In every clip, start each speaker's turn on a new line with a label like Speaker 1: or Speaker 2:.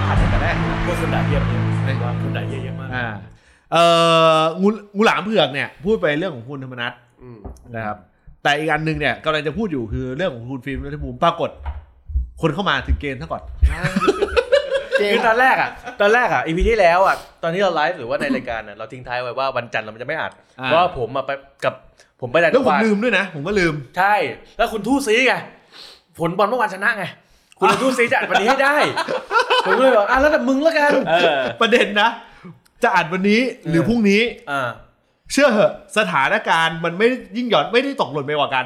Speaker 1: พวกคนด่าเยี่ยมเยอะ
Speaker 2: เฮ้ย
Speaker 1: ว่าคนด่าเยี่ยเยอะมาก
Speaker 2: อ่าเอ่องูงูหลามเผือกเนี่ยพูดไปเรื่องของคุณธรรมนัท
Speaker 3: อืม
Speaker 2: นะครับแต่อีกอันหนึ่งเนี่ยกำลังจะพูดอยู่คือเรื่องของคุณฟิล์มรัฐภูมิปรากฏ คนเข้ามาถึงเกณฑ์ซะก่อน
Speaker 3: เกม
Speaker 1: คือตอนแรกอ่ะตอนแรกอ่ะอีพีที่แล้วอ่ะตอนที่เราไลฟ์หรือว่าในรายการน่ะเราทิ้งท้ายไว้ว่าวันจันทร์เราจะไม่อัด
Speaker 2: อ่า
Speaker 1: เพราะว่าผมมาไปกับผมไปแต่าง
Speaker 2: แล้ว
Speaker 1: จัง
Speaker 2: ผ
Speaker 1: ห
Speaker 2: ม
Speaker 1: วัด
Speaker 2: ลืมด้วยนะ ผมก็ลืม
Speaker 1: ใช่ แล้วคุณทู่ซีไงผลบอลเมื่อวานชนะไงคุณทู่ซีจะอัดวันนี้ให้ได้ ผมก็เลยบอกอ่ะแล้วแต่มึงแล้วกันเออ
Speaker 2: ประเด็นนะ จะอัดวันนี้หรือพรุ่งนี้
Speaker 1: อ่า
Speaker 2: เชื่อเหอะสถานการณ์มันไม่ยิ่งหย่อนไม่ได้ตกหล่นไปกว่ากัน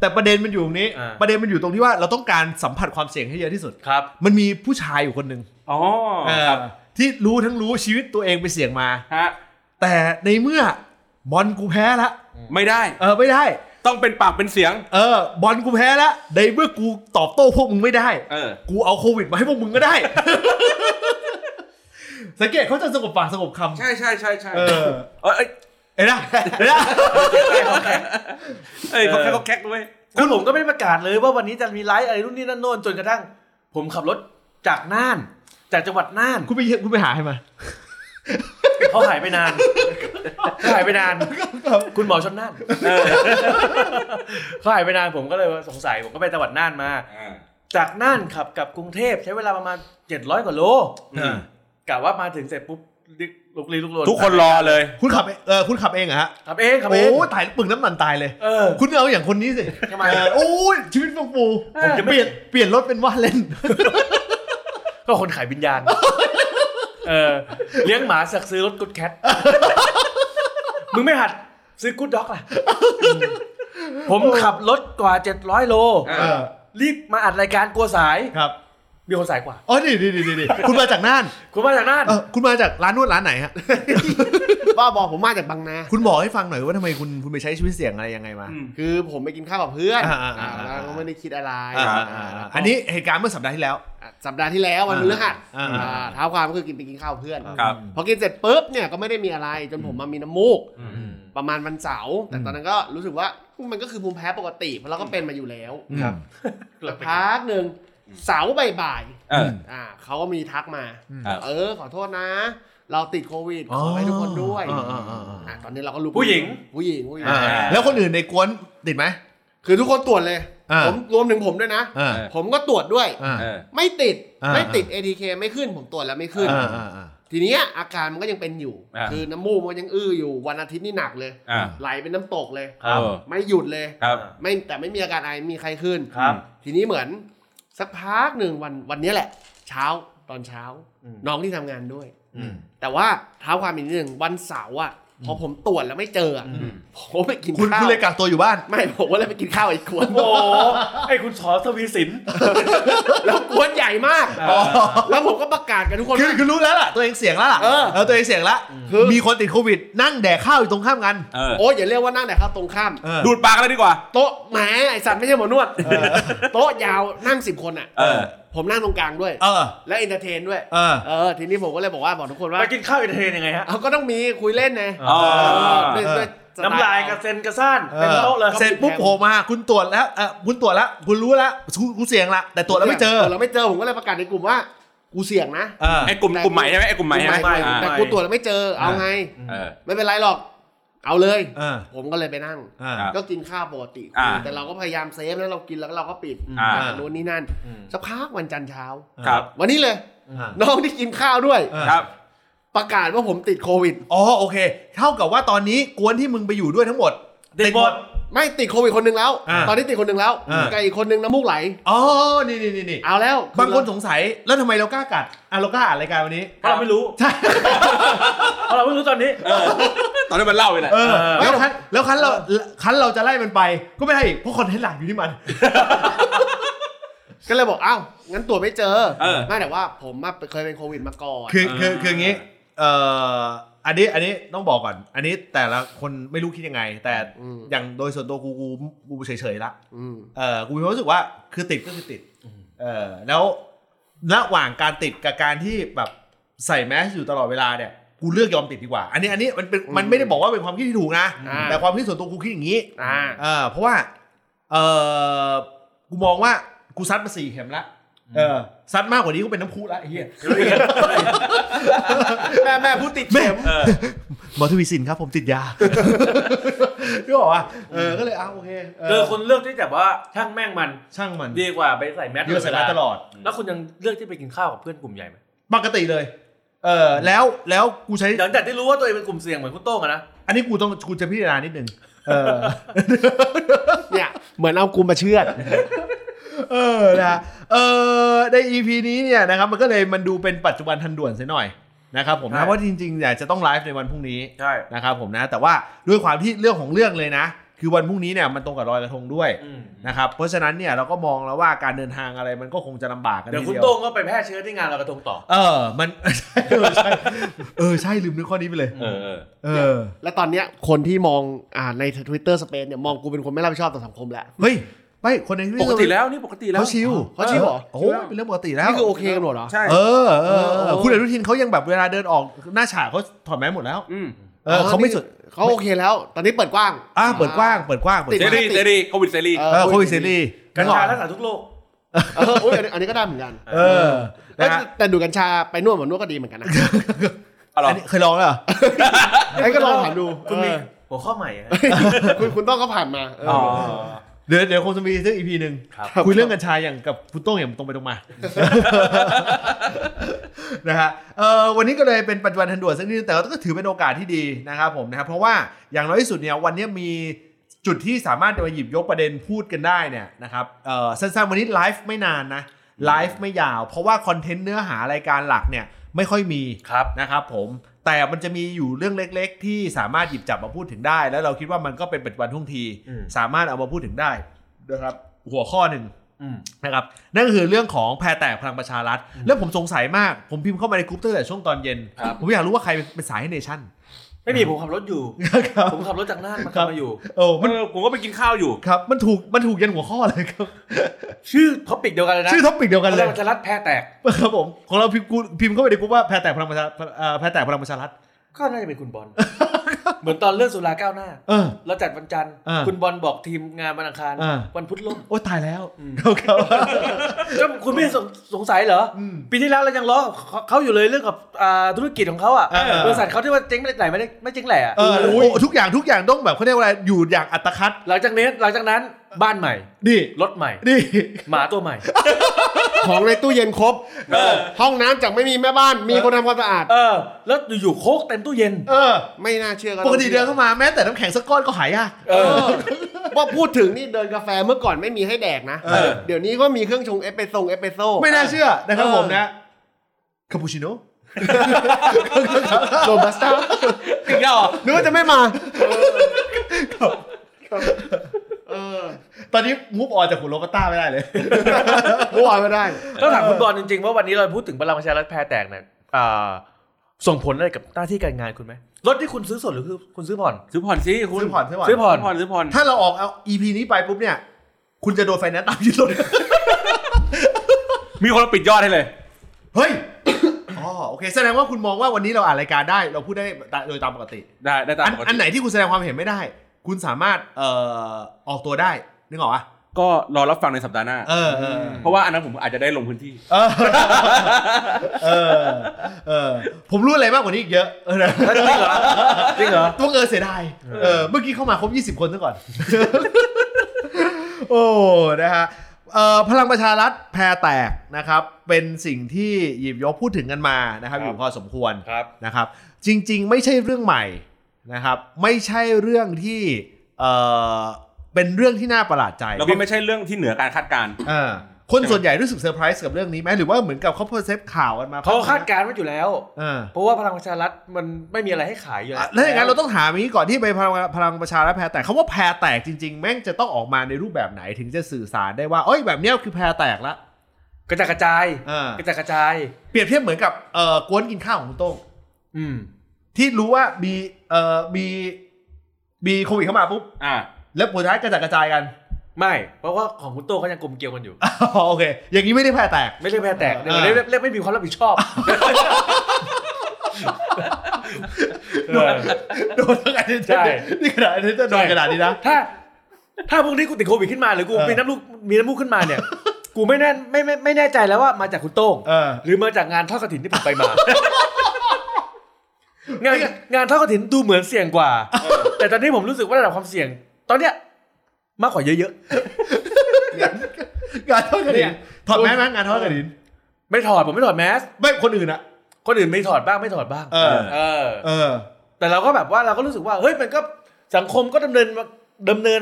Speaker 2: แต่ประเด็นมันอยู่ตรงนี้
Speaker 1: อ่า
Speaker 2: ประเด็นมันอยู่ตรงที่ว่าเราต้องการสัมผัสความเสี่ยงให้เยอะที่สุด
Speaker 1: ครับ
Speaker 2: มันมีผู้ชายอยู่คนหนึ่ง
Speaker 3: อ๋อ
Speaker 2: เอ่อที่รู้ทั้งรู้ชีวิตตัวเองไปเสี่ยงมา
Speaker 3: ฮะ
Speaker 2: แต่ในเมื่อ บอลกูแพ้ละ
Speaker 3: ไม่ได้
Speaker 2: เออไม่ได้
Speaker 3: ต้องเป็นปากเป็นเสียง
Speaker 2: เออบอลกูแพ้ละในเมื่อกูตอบโต้พวกมึงไม่ได้
Speaker 3: เออ
Speaker 2: กูเอาโควิดมาให้พวกมึงก็ได้ สังเกตเขาจะสงบปากสงบคำ
Speaker 3: ใช่ใช่ใช่ใช่
Speaker 2: เออ
Speaker 3: เอ้ยเอ้ย
Speaker 2: เห็นนะเห็นนะ
Speaker 3: เอ้ยเขาแค่
Speaker 1: เออ
Speaker 3: เขาแคกด้วย
Speaker 1: คือผมก็ไม่ได้ประกาศเลยว่าวันนี้จะมีไลฟ์อะไรนู่นนี่นั่นโน่นจนกระทั่ง ผมขับรถจากน่าน จากจังหวัดน่าน
Speaker 2: คุณไปเยี่ยมคุณไปหาให้มา
Speaker 1: เขาหายไปนานเขาหายไปนาน คุณหมอชนน่านเขาหายไปนานผมก็เลยสงสัยผมก็ไปจังหวัดน่านมา
Speaker 3: อ่า
Speaker 1: จากน่านขับกลับกรุงเทพใช้เวลาประมาณ700กว่าโล
Speaker 2: เออ
Speaker 1: กะว่ามาถึงเสร็จปุ๊บลุกลี้ลุกลน
Speaker 3: ทุกคนรอเลย
Speaker 2: คุณขับเองเออคุณขับเองเหรอฮะ
Speaker 1: ขับเองขับเอง
Speaker 2: โอ้ยตายปึ่งน้ำมันตายเลย
Speaker 1: เออ
Speaker 2: คุณเอาอย่างคนนี้สิ
Speaker 1: ทำไม
Speaker 2: เออโอ้ยชีวิตฟังฟู
Speaker 1: เออ
Speaker 2: ผมจะเปลี่ยนเปลี่ยนรถเป็นว่าเล่น
Speaker 1: ก็คนขายวิญญาณ เออเลี้ยงหมาสักซื้อรถกุดแคท มึงไม่หัดซื้อกุดด็อกล่ะ ผมขับรถกว่า 700 โล
Speaker 3: เอ
Speaker 2: เออ
Speaker 1: รีบมาอัดรายการกลัวสาย
Speaker 2: ครับ
Speaker 1: มีคนสายกว่า
Speaker 2: อ๋อนี่นี่นี่นี่คุณมาจากน่าน
Speaker 1: คุณมาจากน่าน
Speaker 2: เออคุณมาจากร้านนวดร้านไหนฮะ
Speaker 4: บ้าบอผมมาจากบางนา
Speaker 2: คุณบอกให้ฟังหน่อยว่าทำไมคุณคุณไปใช้ชีวิตเสี่ยงอะไรยังไงมา
Speaker 3: อืม
Speaker 4: คือผมไปกินข้าวกับเพื่อน
Speaker 2: อ่าอ่าอ่า
Speaker 4: อ่าแล้วก็ไม่ได้คิดอะไร
Speaker 2: อ่าอ่าอ่า
Speaker 4: าแล้วก็
Speaker 2: อันนี้เหตุการณ์เมื่อสัปดาห์ที่แล้ว
Speaker 4: อ่ะสัปดาห์ที่แล้ววันพฤหัส
Speaker 2: อ่าอ่า
Speaker 4: อ่าเท้าความก็คือกินไปกินข้าวกับเพื่อน
Speaker 3: ครับ
Speaker 4: พอกินเสร็จปุ๊บเนี่ยก็ไม่ได้มีอะไรจนผมมามีน้ำมูก ประมาณวันเสาร์แต่
Speaker 2: อืม
Speaker 4: ตอนนั้นก็รู้สึกว่ามันก็คือภูมิแพ้ปกติเพราะเราก็เป็นมาอยู่แล้ว
Speaker 2: ครับ
Speaker 4: สักพักหนึ่งเสาร์บ่าย
Speaker 3: เออ
Speaker 4: ๆอ่าเขาก็มีทักมา
Speaker 3: ครับ
Speaker 4: เออขอโทษนะ เราติดโควิดขอให้ทุกคนด้วย
Speaker 2: อ๋ออ๋ออ๋ออ๋ออ่
Speaker 4: ะตอนนี้เราก็รู้
Speaker 1: ผู้หญิง
Speaker 4: ผู้หญิงผู้หญิง
Speaker 2: อ่าแล้วคนอื่นในกวนติดไหม
Speaker 4: คือทุกคนตรวจเลย
Speaker 2: อ่า
Speaker 4: ผมรวมถึงผมด้วยนะ
Speaker 2: อ่า
Speaker 4: ผมก็ตรวจด้วย
Speaker 2: อ่า
Speaker 3: เออ
Speaker 4: ไม่ติด
Speaker 2: อ่า
Speaker 4: ไม่ติด ATK ไม่ขึ้น ผมตรวจแล้วไม่ขึ้น
Speaker 2: อ่าอ่าอ่า
Speaker 4: ทีเนี้ยอาการมันก็ยังเป็นอยู่
Speaker 3: อ่า
Speaker 4: คือน้ำมูกมันยังอื้ออยู่ วันอาทิตย์นี่หนักเลย
Speaker 3: อ่า
Speaker 4: ไหลเป็นน้ำตกเลย
Speaker 1: ครับ
Speaker 3: เออ
Speaker 4: ไม่หยุดเลย
Speaker 3: ครับ
Speaker 4: ไม่แต่ไม่มีอาการไอมีใครขึ้น
Speaker 1: ครับ
Speaker 4: ทีนี้เหมือนสักพักหนึ่งวันวันเนี้ยแหละ เช้าตอนเช้า
Speaker 1: อืม
Speaker 4: น้องที่ทำงานด้วย
Speaker 2: อืม
Speaker 4: แต่ว่าเท้าความอีกนิดหนึ่งวันเสาร์อ่ะพอผมตรวจแล้วไม่เจออ่ะผมไปกิน
Speaker 2: คุณ
Speaker 4: ข้า
Speaker 2: คุ
Speaker 4: ว
Speaker 2: ณเลยกักตัวอยู่บ้าน
Speaker 4: ไม่ผมก็เลยไปกินข้าวอีกคน
Speaker 1: โอ้โหไอ้คุณสอสวีสิน
Speaker 4: แล้วกวนใหญ่มาก แล้วผมก็ประกาศกันทุกคน
Speaker 2: คือ
Speaker 4: ว่า
Speaker 2: คือรู้แล้วล่ะตัวเองเสี่ยงแล้วล่ะ
Speaker 4: เออ
Speaker 2: เออตัวเองเสี่ยงแล้ว
Speaker 4: คือ
Speaker 2: มีคนติดโควิด นั่งแดกข้าวอยู่ตรงข้ามกัน
Speaker 3: เออ
Speaker 4: โอ้ยอย่าเรียกว่านั่งไหนครับตรงข้าม
Speaker 2: เออ
Speaker 3: ดูดปากแล้วดีกว่า
Speaker 4: โต๊ะแหมไอสัตว์ไม่ใช่หมอนวดโต๊ะยาวนั่งสิบคนอ่ะ
Speaker 3: เออ
Speaker 4: ผมนั่งตรงกลางด้วย
Speaker 2: เออ
Speaker 4: และเอนเตอร์เทนด้วย
Speaker 2: เออ
Speaker 4: เออ ทีนี้ผมก็เลยบอกว่าบอกทุกคนว่า
Speaker 1: ไปกินข้าวอินเตอร์เทนยังไงฮะ
Speaker 4: เอาก็ต้องมีคุยเล่นไง
Speaker 3: อ๋อ
Speaker 4: เออด้วย
Speaker 2: เออ
Speaker 4: ด้วยสไต
Speaker 1: น้ำลายกระเซ็นกระซ่านเต็มโต๊ะเลย
Speaker 2: เสร็จปุ๊บโผล่มา คุณตรวจแล้วเออคุณตรวจแล้วคุณรู้แล้วคุณเสี่ยงละแต่ตรวจแล้วไม่เจอ
Speaker 4: ตรวจแล้วไม่เจอผมก็เลยประกาศในกลุ่มว่ากูเสี่ยงนะ
Speaker 2: เออ
Speaker 3: ไอ้กลุ่มกลุ่มใหม่ใช่ไหมไอ้กลุ่มใหม่ใช่ไหม
Speaker 4: ไม่
Speaker 3: อ่า
Speaker 4: แต่กูตรวจแล้วไม่เจอเอาไง
Speaker 3: เออ
Speaker 4: ไม่เป็นไรหรอก เอาเลย
Speaker 2: เออ
Speaker 4: ผมก็เลยไปนั่ง
Speaker 2: เออ
Speaker 3: ครับ
Speaker 4: ก็กินข้าวปกติ
Speaker 3: อ่า
Speaker 4: แต่เราก็พยายามเซฟแล้วเรากินแล้วก็เราก็ปิด
Speaker 3: อ่า
Speaker 4: อ่าโน่นนี่นั่น
Speaker 1: อืม
Speaker 4: สักพักวันจันทร์เช้า
Speaker 3: ครับ
Speaker 4: วันนี้เลย
Speaker 2: อ่า
Speaker 4: น้องที่กินข้าวด้วย
Speaker 2: เออ
Speaker 3: ครับ
Speaker 4: ประกาศว่าผมติดโควิด
Speaker 2: อ๋อโอเค เท่ากับว่าตอนนี้กวนที่มึงไปอยู่ด้วยทั้งหมด
Speaker 1: ติดหมด
Speaker 4: ไม่ติดโควิดคนหนึ่งแล้ว
Speaker 2: อ่า
Speaker 4: ตอนนี้ติดคนหนึ่งแล้ว
Speaker 2: อ่า
Speaker 4: กับอีกคนหนึ่งน้ำมูกไหล
Speaker 2: อ๋อนี่นี่นี่นี่
Speaker 4: เอาแล้ว
Speaker 2: บางคนสงสัยแล้วทำไมเรากล้ากัดอ่ะเรากล้าอ่านรายการวันนี้
Speaker 1: เพราะเราไม่รู้
Speaker 2: ใช่
Speaker 1: เพราะเราไม่รู้ตอนนี้
Speaker 3: ตอนนี้มันเล่าเลยแหละ
Speaker 2: เออ
Speaker 1: เออ
Speaker 2: แล้วคันแล้วคันเราคันเราจะไล่มันไปก็ไม่ได้อีกเพราะคอนเทนต์หลักอยู่ที่มัน
Speaker 4: ก็เลยบอกอ้าวงั้นตรวจไม่เจอ
Speaker 3: เออ
Speaker 4: ไม่แต่ว่าผมอะเคยเป็นโควิดมาก่อน
Speaker 2: คือคือ
Speaker 3: อ่า
Speaker 2: คืออย่างงี้ เอ่อ อันนี้อันนี้ต้องบอกก่อน อันนี้แต่ละคนไม่รู้คิดยังไง แต่
Speaker 4: อืม
Speaker 2: อย่างโดยส่วนตัวกูกูกูเฉยๆละ
Speaker 4: ม
Speaker 2: เออกูมีความรู้สึกว่าคือติดก็คือติด เออแล้วระหว่างการติดกับการที่แบบใส่แมสอยู่ตลอดเวลาเนี่ย กูเลือกยอมติดดีกว่า อันนี้อันนี้มันเป็นมันไม่ได้บอกว่าเป็นความคิดที่ถูกนะ
Speaker 4: อ่า
Speaker 2: แต่ความคิดส่วนตัวกูคิดอย่างนี้
Speaker 4: อ่า
Speaker 2: เออเพราะว่า เออกูมองว่ากูซัดมาสี่เข็มละ เออซัดมากกว่านี้ก็เป็นน้ำพุละไอ้เหี้ย
Speaker 4: แม่แม่ผู้ติดเข็ม
Speaker 2: หมอทวีสินครับผมติดยา ก็บอกว่าเออก็เลยอ้าวโอเคเออ
Speaker 1: เออคนเลือกที่แบบว่าช่างแม่งมัน
Speaker 2: ช่างมัน
Speaker 1: ดีกว่าไปใส่แมส
Speaker 2: เยอะใส่ร้านตลอด
Speaker 1: แล้วคุณยังเลือกที่ไปกินข้าวกับเพื่อนกลุ่มใหญ่ไหม
Speaker 2: ปกติเลย เออแล้วแล้วกูใช้
Speaker 1: หลังจากที่รู้ว่าตัวเองเป็นกลุ่มเสี่ยงเหมือนคุณโต้งอะนะ
Speaker 2: อันนี้กูต้องกูจะพิจารณานิดนึงเออ
Speaker 4: เนี่ยเหมือนเอากูมาเชื่อด
Speaker 2: เอ อนะเออใน EP นี้เนี่ยนะครับมันก็เลยมันดูเป็นปัจจุบันทันด่วนซะหน่อยนะครับผมนะเพราะจริงๆเนี่ยจะต้องไลฟ์ในวันพรุ่งนี้
Speaker 1: ใช่
Speaker 2: นะครับผมนะแต่ว่าด้วยความที่เรื่องของเรื่องเลยนะ คือวันพรุ่งนี้เนี่ยมันตรงกับรอยกระทงด้วย
Speaker 1: อืม
Speaker 2: นะครับเพราะฉะนั้นเนี่ยเราก็มองแล้วว่าการเดินทางอะไรมันก็คงจะลำบากกัน
Speaker 1: เดี๋ยว
Speaker 2: ที
Speaker 1: คุณ
Speaker 2: เดีย
Speaker 1: โต้ง
Speaker 2: ว
Speaker 1: ก็ไปแพร่เชื้อที่งานลอยกระทงต่อ
Speaker 2: เออมัน เออใช่เออใช่ลืมนึกข้อนี้ไปเลย
Speaker 3: เออเออ
Speaker 2: เออ
Speaker 4: แล้วตอนเนี้ยคนที่มองอ่าใน Twitter Space เนี่ยมองกูเป็นคนไม่รับผิดชอบต่อสังคมแล้ว
Speaker 2: เฮ้ยไม่คนในที่
Speaker 3: ปกติแล้วนี่ปกติแล้ว
Speaker 2: เขาชิล
Speaker 4: เขาชิลเหรอ
Speaker 2: โอ้โหเป็นเรื่องปกติแล้ว
Speaker 4: นี่คือโอเคกันหมดเหรอ
Speaker 3: ใช่
Speaker 2: เออเออเอ
Speaker 4: เอ
Speaker 2: อ
Speaker 4: อ
Speaker 2: คุณอนุทินเขายังแบบเวลาเดินออกหน้าฉากเขาถอดแมสหมดแล้ว
Speaker 3: อืม
Speaker 2: เออเขาไม่สุด
Speaker 4: เขาโอเคแล้ว ตอนนี้เปิดกว้าง
Speaker 2: อ่าเปิดกว้างเปิดกว้างเปิด
Speaker 4: ติ
Speaker 2: ก
Speaker 4: ด
Speaker 3: เส
Speaker 2: ว้าง
Speaker 3: รีเสรีโควิดเสรี
Speaker 2: เออโควิดเสรี
Speaker 1: กัญชา
Speaker 2: แล้ว
Speaker 1: รักษาทุกโรค
Speaker 4: เอออุ๊ยอันนี้อันนี้ก็ได้เหมือนกัน
Speaker 2: เออนะ
Speaker 4: แต่
Speaker 2: ฮะ
Speaker 4: แต่ดูดกัญชาไปนวดเหมือนนวดก็ดีเหมือนกันนะ
Speaker 3: อร่อ
Speaker 2: อันนี้เคยลองแล้วเหรอ
Speaker 4: ไอ้ก็ลองถามดู
Speaker 1: คุณมี
Speaker 4: เออ
Speaker 1: หัวข้อใหม่อะ
Speaker 4: คุณคุณต้องก็ผ่านมาเอออ
Speaker 3: อ๋อ
Speaker 2: เดี๋ยวเดี๋ยวคงจะมีเรื่องอีพีหนึ่ง
Speaker 1: ครับ
Speaker 2: คุยเรื่องกัญชาอย่างกับคุณโต้งอย่างตรงไปตรงมา นะฮะเออวันนี้ก็เลยเป็นปัจจุบันทันด่วนสักนิดนึงแต่ก็ถือเป็นโอกาสที่ดีนะครับผมนะครับเพราะว่าอย่างน้อยที่สุดเนี่ยวันนี้มีจุดที่สามารถจะมาหยิบยกประเด็นพูดกันได้เนี่ยนะครับเออสั้นๆวันนี้ไลฟ์ไม่นานนะไลฟ์ไม่ยาว เพราะว่าคอนเทนต์เนื้อหารายการหลักเนี่ยไม่ค่อยมี
Speaker 1: ครับ
Speaker 2: นะครับผมแต่มันจะมีอยู่เรื่องเล็กๆ ที่สามารถหยิบจับมาพูดถึงได้ แล้วเราคิดว่ามันก็เป็นปัจจุบันทุ่วงที
Speaker 1: อืม
Speaker 2: สามารถเอามาพูดถึงได้นะครับหัวข้อหนึ่ง
Speaker 1: อืม
Speaker 2: นะครับนั่นก็คือเรื่องของแพรแตกพลังประชารัฐ แล้วผมสงสัยมาก ผมพิมพ์เข้ามาในกรุ๊ปตั้งแต่ช่วงตอนเย็น
Speaker 3: ครับ
Speaker 2: ผมอยากรู้ว่าใครเป็นสายให้เนชั่น
Speaker 1: ไม่มีผมขับรถอยู่
Speaker 2: ครับ
Speaker 1: ผมขับรถจากน่านมา
Speaker 2: ครั
Speaker 1: ขับบ มาอยู่
Speaker 2: โอ้มัน
Speaker 3: เออผมก็ไปกินข้าวอยู่
Speaker 2: ครับมันถูกมันถูกยันหัวข้อเลยครับ
Speaker 1: ชื่อท็อปิกเดียวกันเลยนะ
Speaker 2: ชื่อท็อปิกเดียวกัน
Speaker 1: พ
Speaker 2: เล
Speaker 1: ลั
Speaker 2: ย
Speaker 1: งประชารัฐแพ้แตก
Speaker 2: ครับผมของเราพิมพ์กูพิมพ์เข้าไปในกรุ๊ปว่าแพรแตกพลังประชาเอ่อแพรแตกพลังประชารัฐ
Speaker 1: ก็น่าจะเป็นคุณบอ ล เหมือนตอนเรื่องสุราก้าวหน้า
Speaker 2: เออ
Speaker 1: เราจัดวันจันทร์
Speaker 2: อ่า
Speaker 1: คุณบอลบอกทีมงานวันอังคาร
Speaker 2: อ่า
Speaker 1: วันพุธล่ม
Speaker 2: โอ้ตายแล้ว
Speaker 1: อืม
Speaker 2: ครับครับ
Speaker 1: ก็คุณไม่สงสงสัยเหรออ
Speaker 2: ม
Speaker 1: ปีที่แล้วเรายังล้อเขาเขาอยู่เลยเรื่องกับอ่าธุรกิจของเขาอ่ะ
Speaker 2: เออ
Speaker 1: บริษัทเขาที่ว่าเจ๊งไม่ได้ไหนไม่ได้ไม่เจ๊งแหล่อะ
Speaker 2: เออโอ้ทุกอย่างทุกอย่างต้องแบบเขาเรียกว่าอะไรอยู่อย่างอัตคัด
Speaker 1: หลังจากนี้หลังจากนั้นบ้านใหม่
Speaker 2: นี่
Speaker 1: รถใหม่
Speaker 2: นี่
Speaker 1: หมาตัวใหม่
Speaker 4: ของในตู้เย็นครบ
Speaker 3: เออ
Speaker 4: ห้องน้ำจากไม่มีแม่บ้าน มีคนทำความสะอาด
Speaker 1: เออ แล้วอยู่ๆโคกเต็มตู้เย็น
Speaker 2: เออ
Speaker 4: ไม่น่าเชื่อก็
Speaker 2: ปกติเดิน
Speaker 4: เขา
Speaker 2: เข้ามาแม้แต่น้ำแข็งสักก้อนก็หายยาก
Speaker 1: เออ
Speaker 4: ว่าพูดถึงนี่เดินกาแฟเมื่อก่อนไม่มีให้แดกนะ
Speaker 2: เออ
Speaker 4: เดี๋ยวนี้ก็มีเครื่องชงเอสเปรสโซ่เอสเปรสโซ่
Speaker 2: ไม่น่าเชื่อนะครับ
Speaker 4: เออ
Speaker 2: ผมนะคาปูชิโน่
Speaker 4: โรบัสต้า
Speaker 3: อีกแล้วเหรอ
Speaker 4: นึกว่าจะไม่มาเออ
Speaker 2: ตอนนี้มูฟออนจากหัวโลกาต้าไม่ได้เลย
Speaker 4: มั่วไม่ได้
Speaker 1: ต้องถามคุณบอลจริงๆว่าวันนี้เราพูดถึงพลังประชารัฐแพรแตกเนี่ยอ่าส่งผลอะไรกับหน้าที่การงานคุณไหมรถที่คุณซื้อสดหรือคือคุณซื้อผ่อน
Speaker 3: ซื้อผ่อนสิคุณ
Speaker 2: ซื้อผ่อนซื้อผ่อน
Speaker 1: ซื้อผ่อน
Speaker 3: ซื้อผ่อนซื้อผ่อน
Speaker 2: ถ้าเราออกเอา EP นี้ไปปุ๊บเนี่ย คุณจะโดนไฟแนนซ์ตามยึดรถ
Speaker 3: มีคนมาปิดยอดให้เลย
Speaker 2: เฮ้ยอ๋อโอเค แสดงว่าคุณมองว่าวันนี้เราอ่านรายการได้ เราพูดได้โดยตามปกติ
Speaker 3: ได้ได้ตาม
Speaker 2: อัน
Speaker 3: ปก
Speaker 2: อันไห
Speaker 3: ติ
Speaker 2: นที่คุณแสดงความเห็นไม่ได้ คุณสามารถเอ่อออกตัวได้นึกออกปะ
Speaker 3: ก็รอรับฟังในสัปดาห์หน้า
Speaker 2: เออเออ
Speaker 3: เพราะว่าอันนั้นผมอาจจะได้ลงพื้นที่
Speaker 2: เออเออเออผมรู้อะไรมากกว่านี้อีกเยอะเออนะ
Speaker 1: จริงเหรอจริงเหรอ
Speaker 2: ตัวเออเสียดายเออเมื่อกี้เข้ามาครบ 20 คนซะ ก่อน โอ้นะฮะเอ่อพลังประชารัฐแพรแตกนะครับ เป็นสิ่งที่หยิบยกพูดถึงกันมานะครับ
Speaker 1: ค
Speaker 2: อ
Speaker 1: รับ
Speaker 2: ยู่พอสมควร
Speaker 1: ครับ
Speaker 2: นะครับ จริง ๆ ไม่ใช่เรื่องใหม่นะครับ ไม่ใช่เรื่องที่เอ่อเป็นเรื่องที่น่าประหลาดใจ
Speaker 3: แล้วก็ไม่ใช่เรื่องที่เหนือการคาดการณ์
Speaker 2: อ่าคนส่วนใหญ่รู้สึกเซอร์ไพรส์กับเรื่องนี้ไหมหรือว่าเหมือนกับเขาเพอร์เซฟข่าวกันมา
Speaker 1: เขาคาดการณ์ไว้อยู่แล้ว
Speaker 2: อ่า
Speaker 1: เพราะว่าพลังประชารัฐมันไม่มีอะไรให้ขายอยู่
Speaker 2: แล้วอย่างนั้นเราต้องถามอย่างนี้ก่อนที่ไปพลังพลังประชารัฐแพรแตกคำว่าแพรแตกจริง ๆ แม่งจะต้องออกมาในรูปแบบไหนถึงจะสื่อสารได้ว่าเอ้ยแบบเนี้ยคือแพรแตกละ
Speaker 1: กระจายกระจาย
Speaker 2: อ่าก
Speaker 1: ระจายกระจาย
Speaker 2: เปรียบเทียบเหมือนกับเอ่อกวนกินข้าวของคุณโต้ง
Speaker 1: อืม
Speaker 2: ที่รู้ว่ามีเอ่อมีมีโควิดเข้ามาปุ๊บ
Speaker 3: อ่า
Speaker 2: แล้วผลท้ายกระจัดกระจายกัน
Speaker 1: ไม่ เพราะว่าของคุณโต้งเขายังกลมเกลียวกันอยู่
Speaker 2: โอเค อย่างนี้ไม่ได้แพรแตก
Speaker 1: ไม่เรียกแพรแตก
Speaker 2: เออ
Speaker 1: เดี๋ยวเรียกเรียกเรียกไม่มีความรับผิดชอบเออ
Speaker 2: โดนทั้งอันนี้
Speaker 1: ใช่
Speaker 2: นี่ขนาดอันนี้จะโดนขนาดนี้นะ
Speaker 1: ถ้า ถ้าพวกนี้กูติดโควิดขึ้นมาหรือกู
Speaker 2: เออ
Speaker 1: มีน้ำลูกมีน้ำมูกขึ้นมาเนี่ย กูไม่แน่ไม่ไม่ไม่แน่ใจแล้วว่ามาจากคุณโต้ง
Speaker 2: เออ
Speaker 1: หรือมาจากงานทอดกระถินที่ผมไปมา งานงานทอดกระถินดูเหมือนเสี่ยงกว่า แต่ตอนนี้ผมรู้สึกว่าระดับความเสี่ยง ตอนเนี้ยมากกว่าเยอะ
Speaker 2: งานทอดกระ
Speaker 4: เนี่
Speaker 2: ถิน
Speaker 4: ย
Speaker 2: ถอดแมสไหมงานทอดกระถิน
Speaker 1: ๆ ไม่ถอดผมไม่ถอดแมส
Speaker 2: ไม่คนอื่นอะ
Speaker 1: คนอื่นไม่ถอดบ้างไม่ถอดบ้าง
Speaker 2: เออ
Speaker 1: เออ
Speaker 2: เออ
Speaker 1: แต่เราก็แบบว่าเราก็รู้สึกว่าเฮ้ยมันก็สังคมก็ดำเนินดำเนิน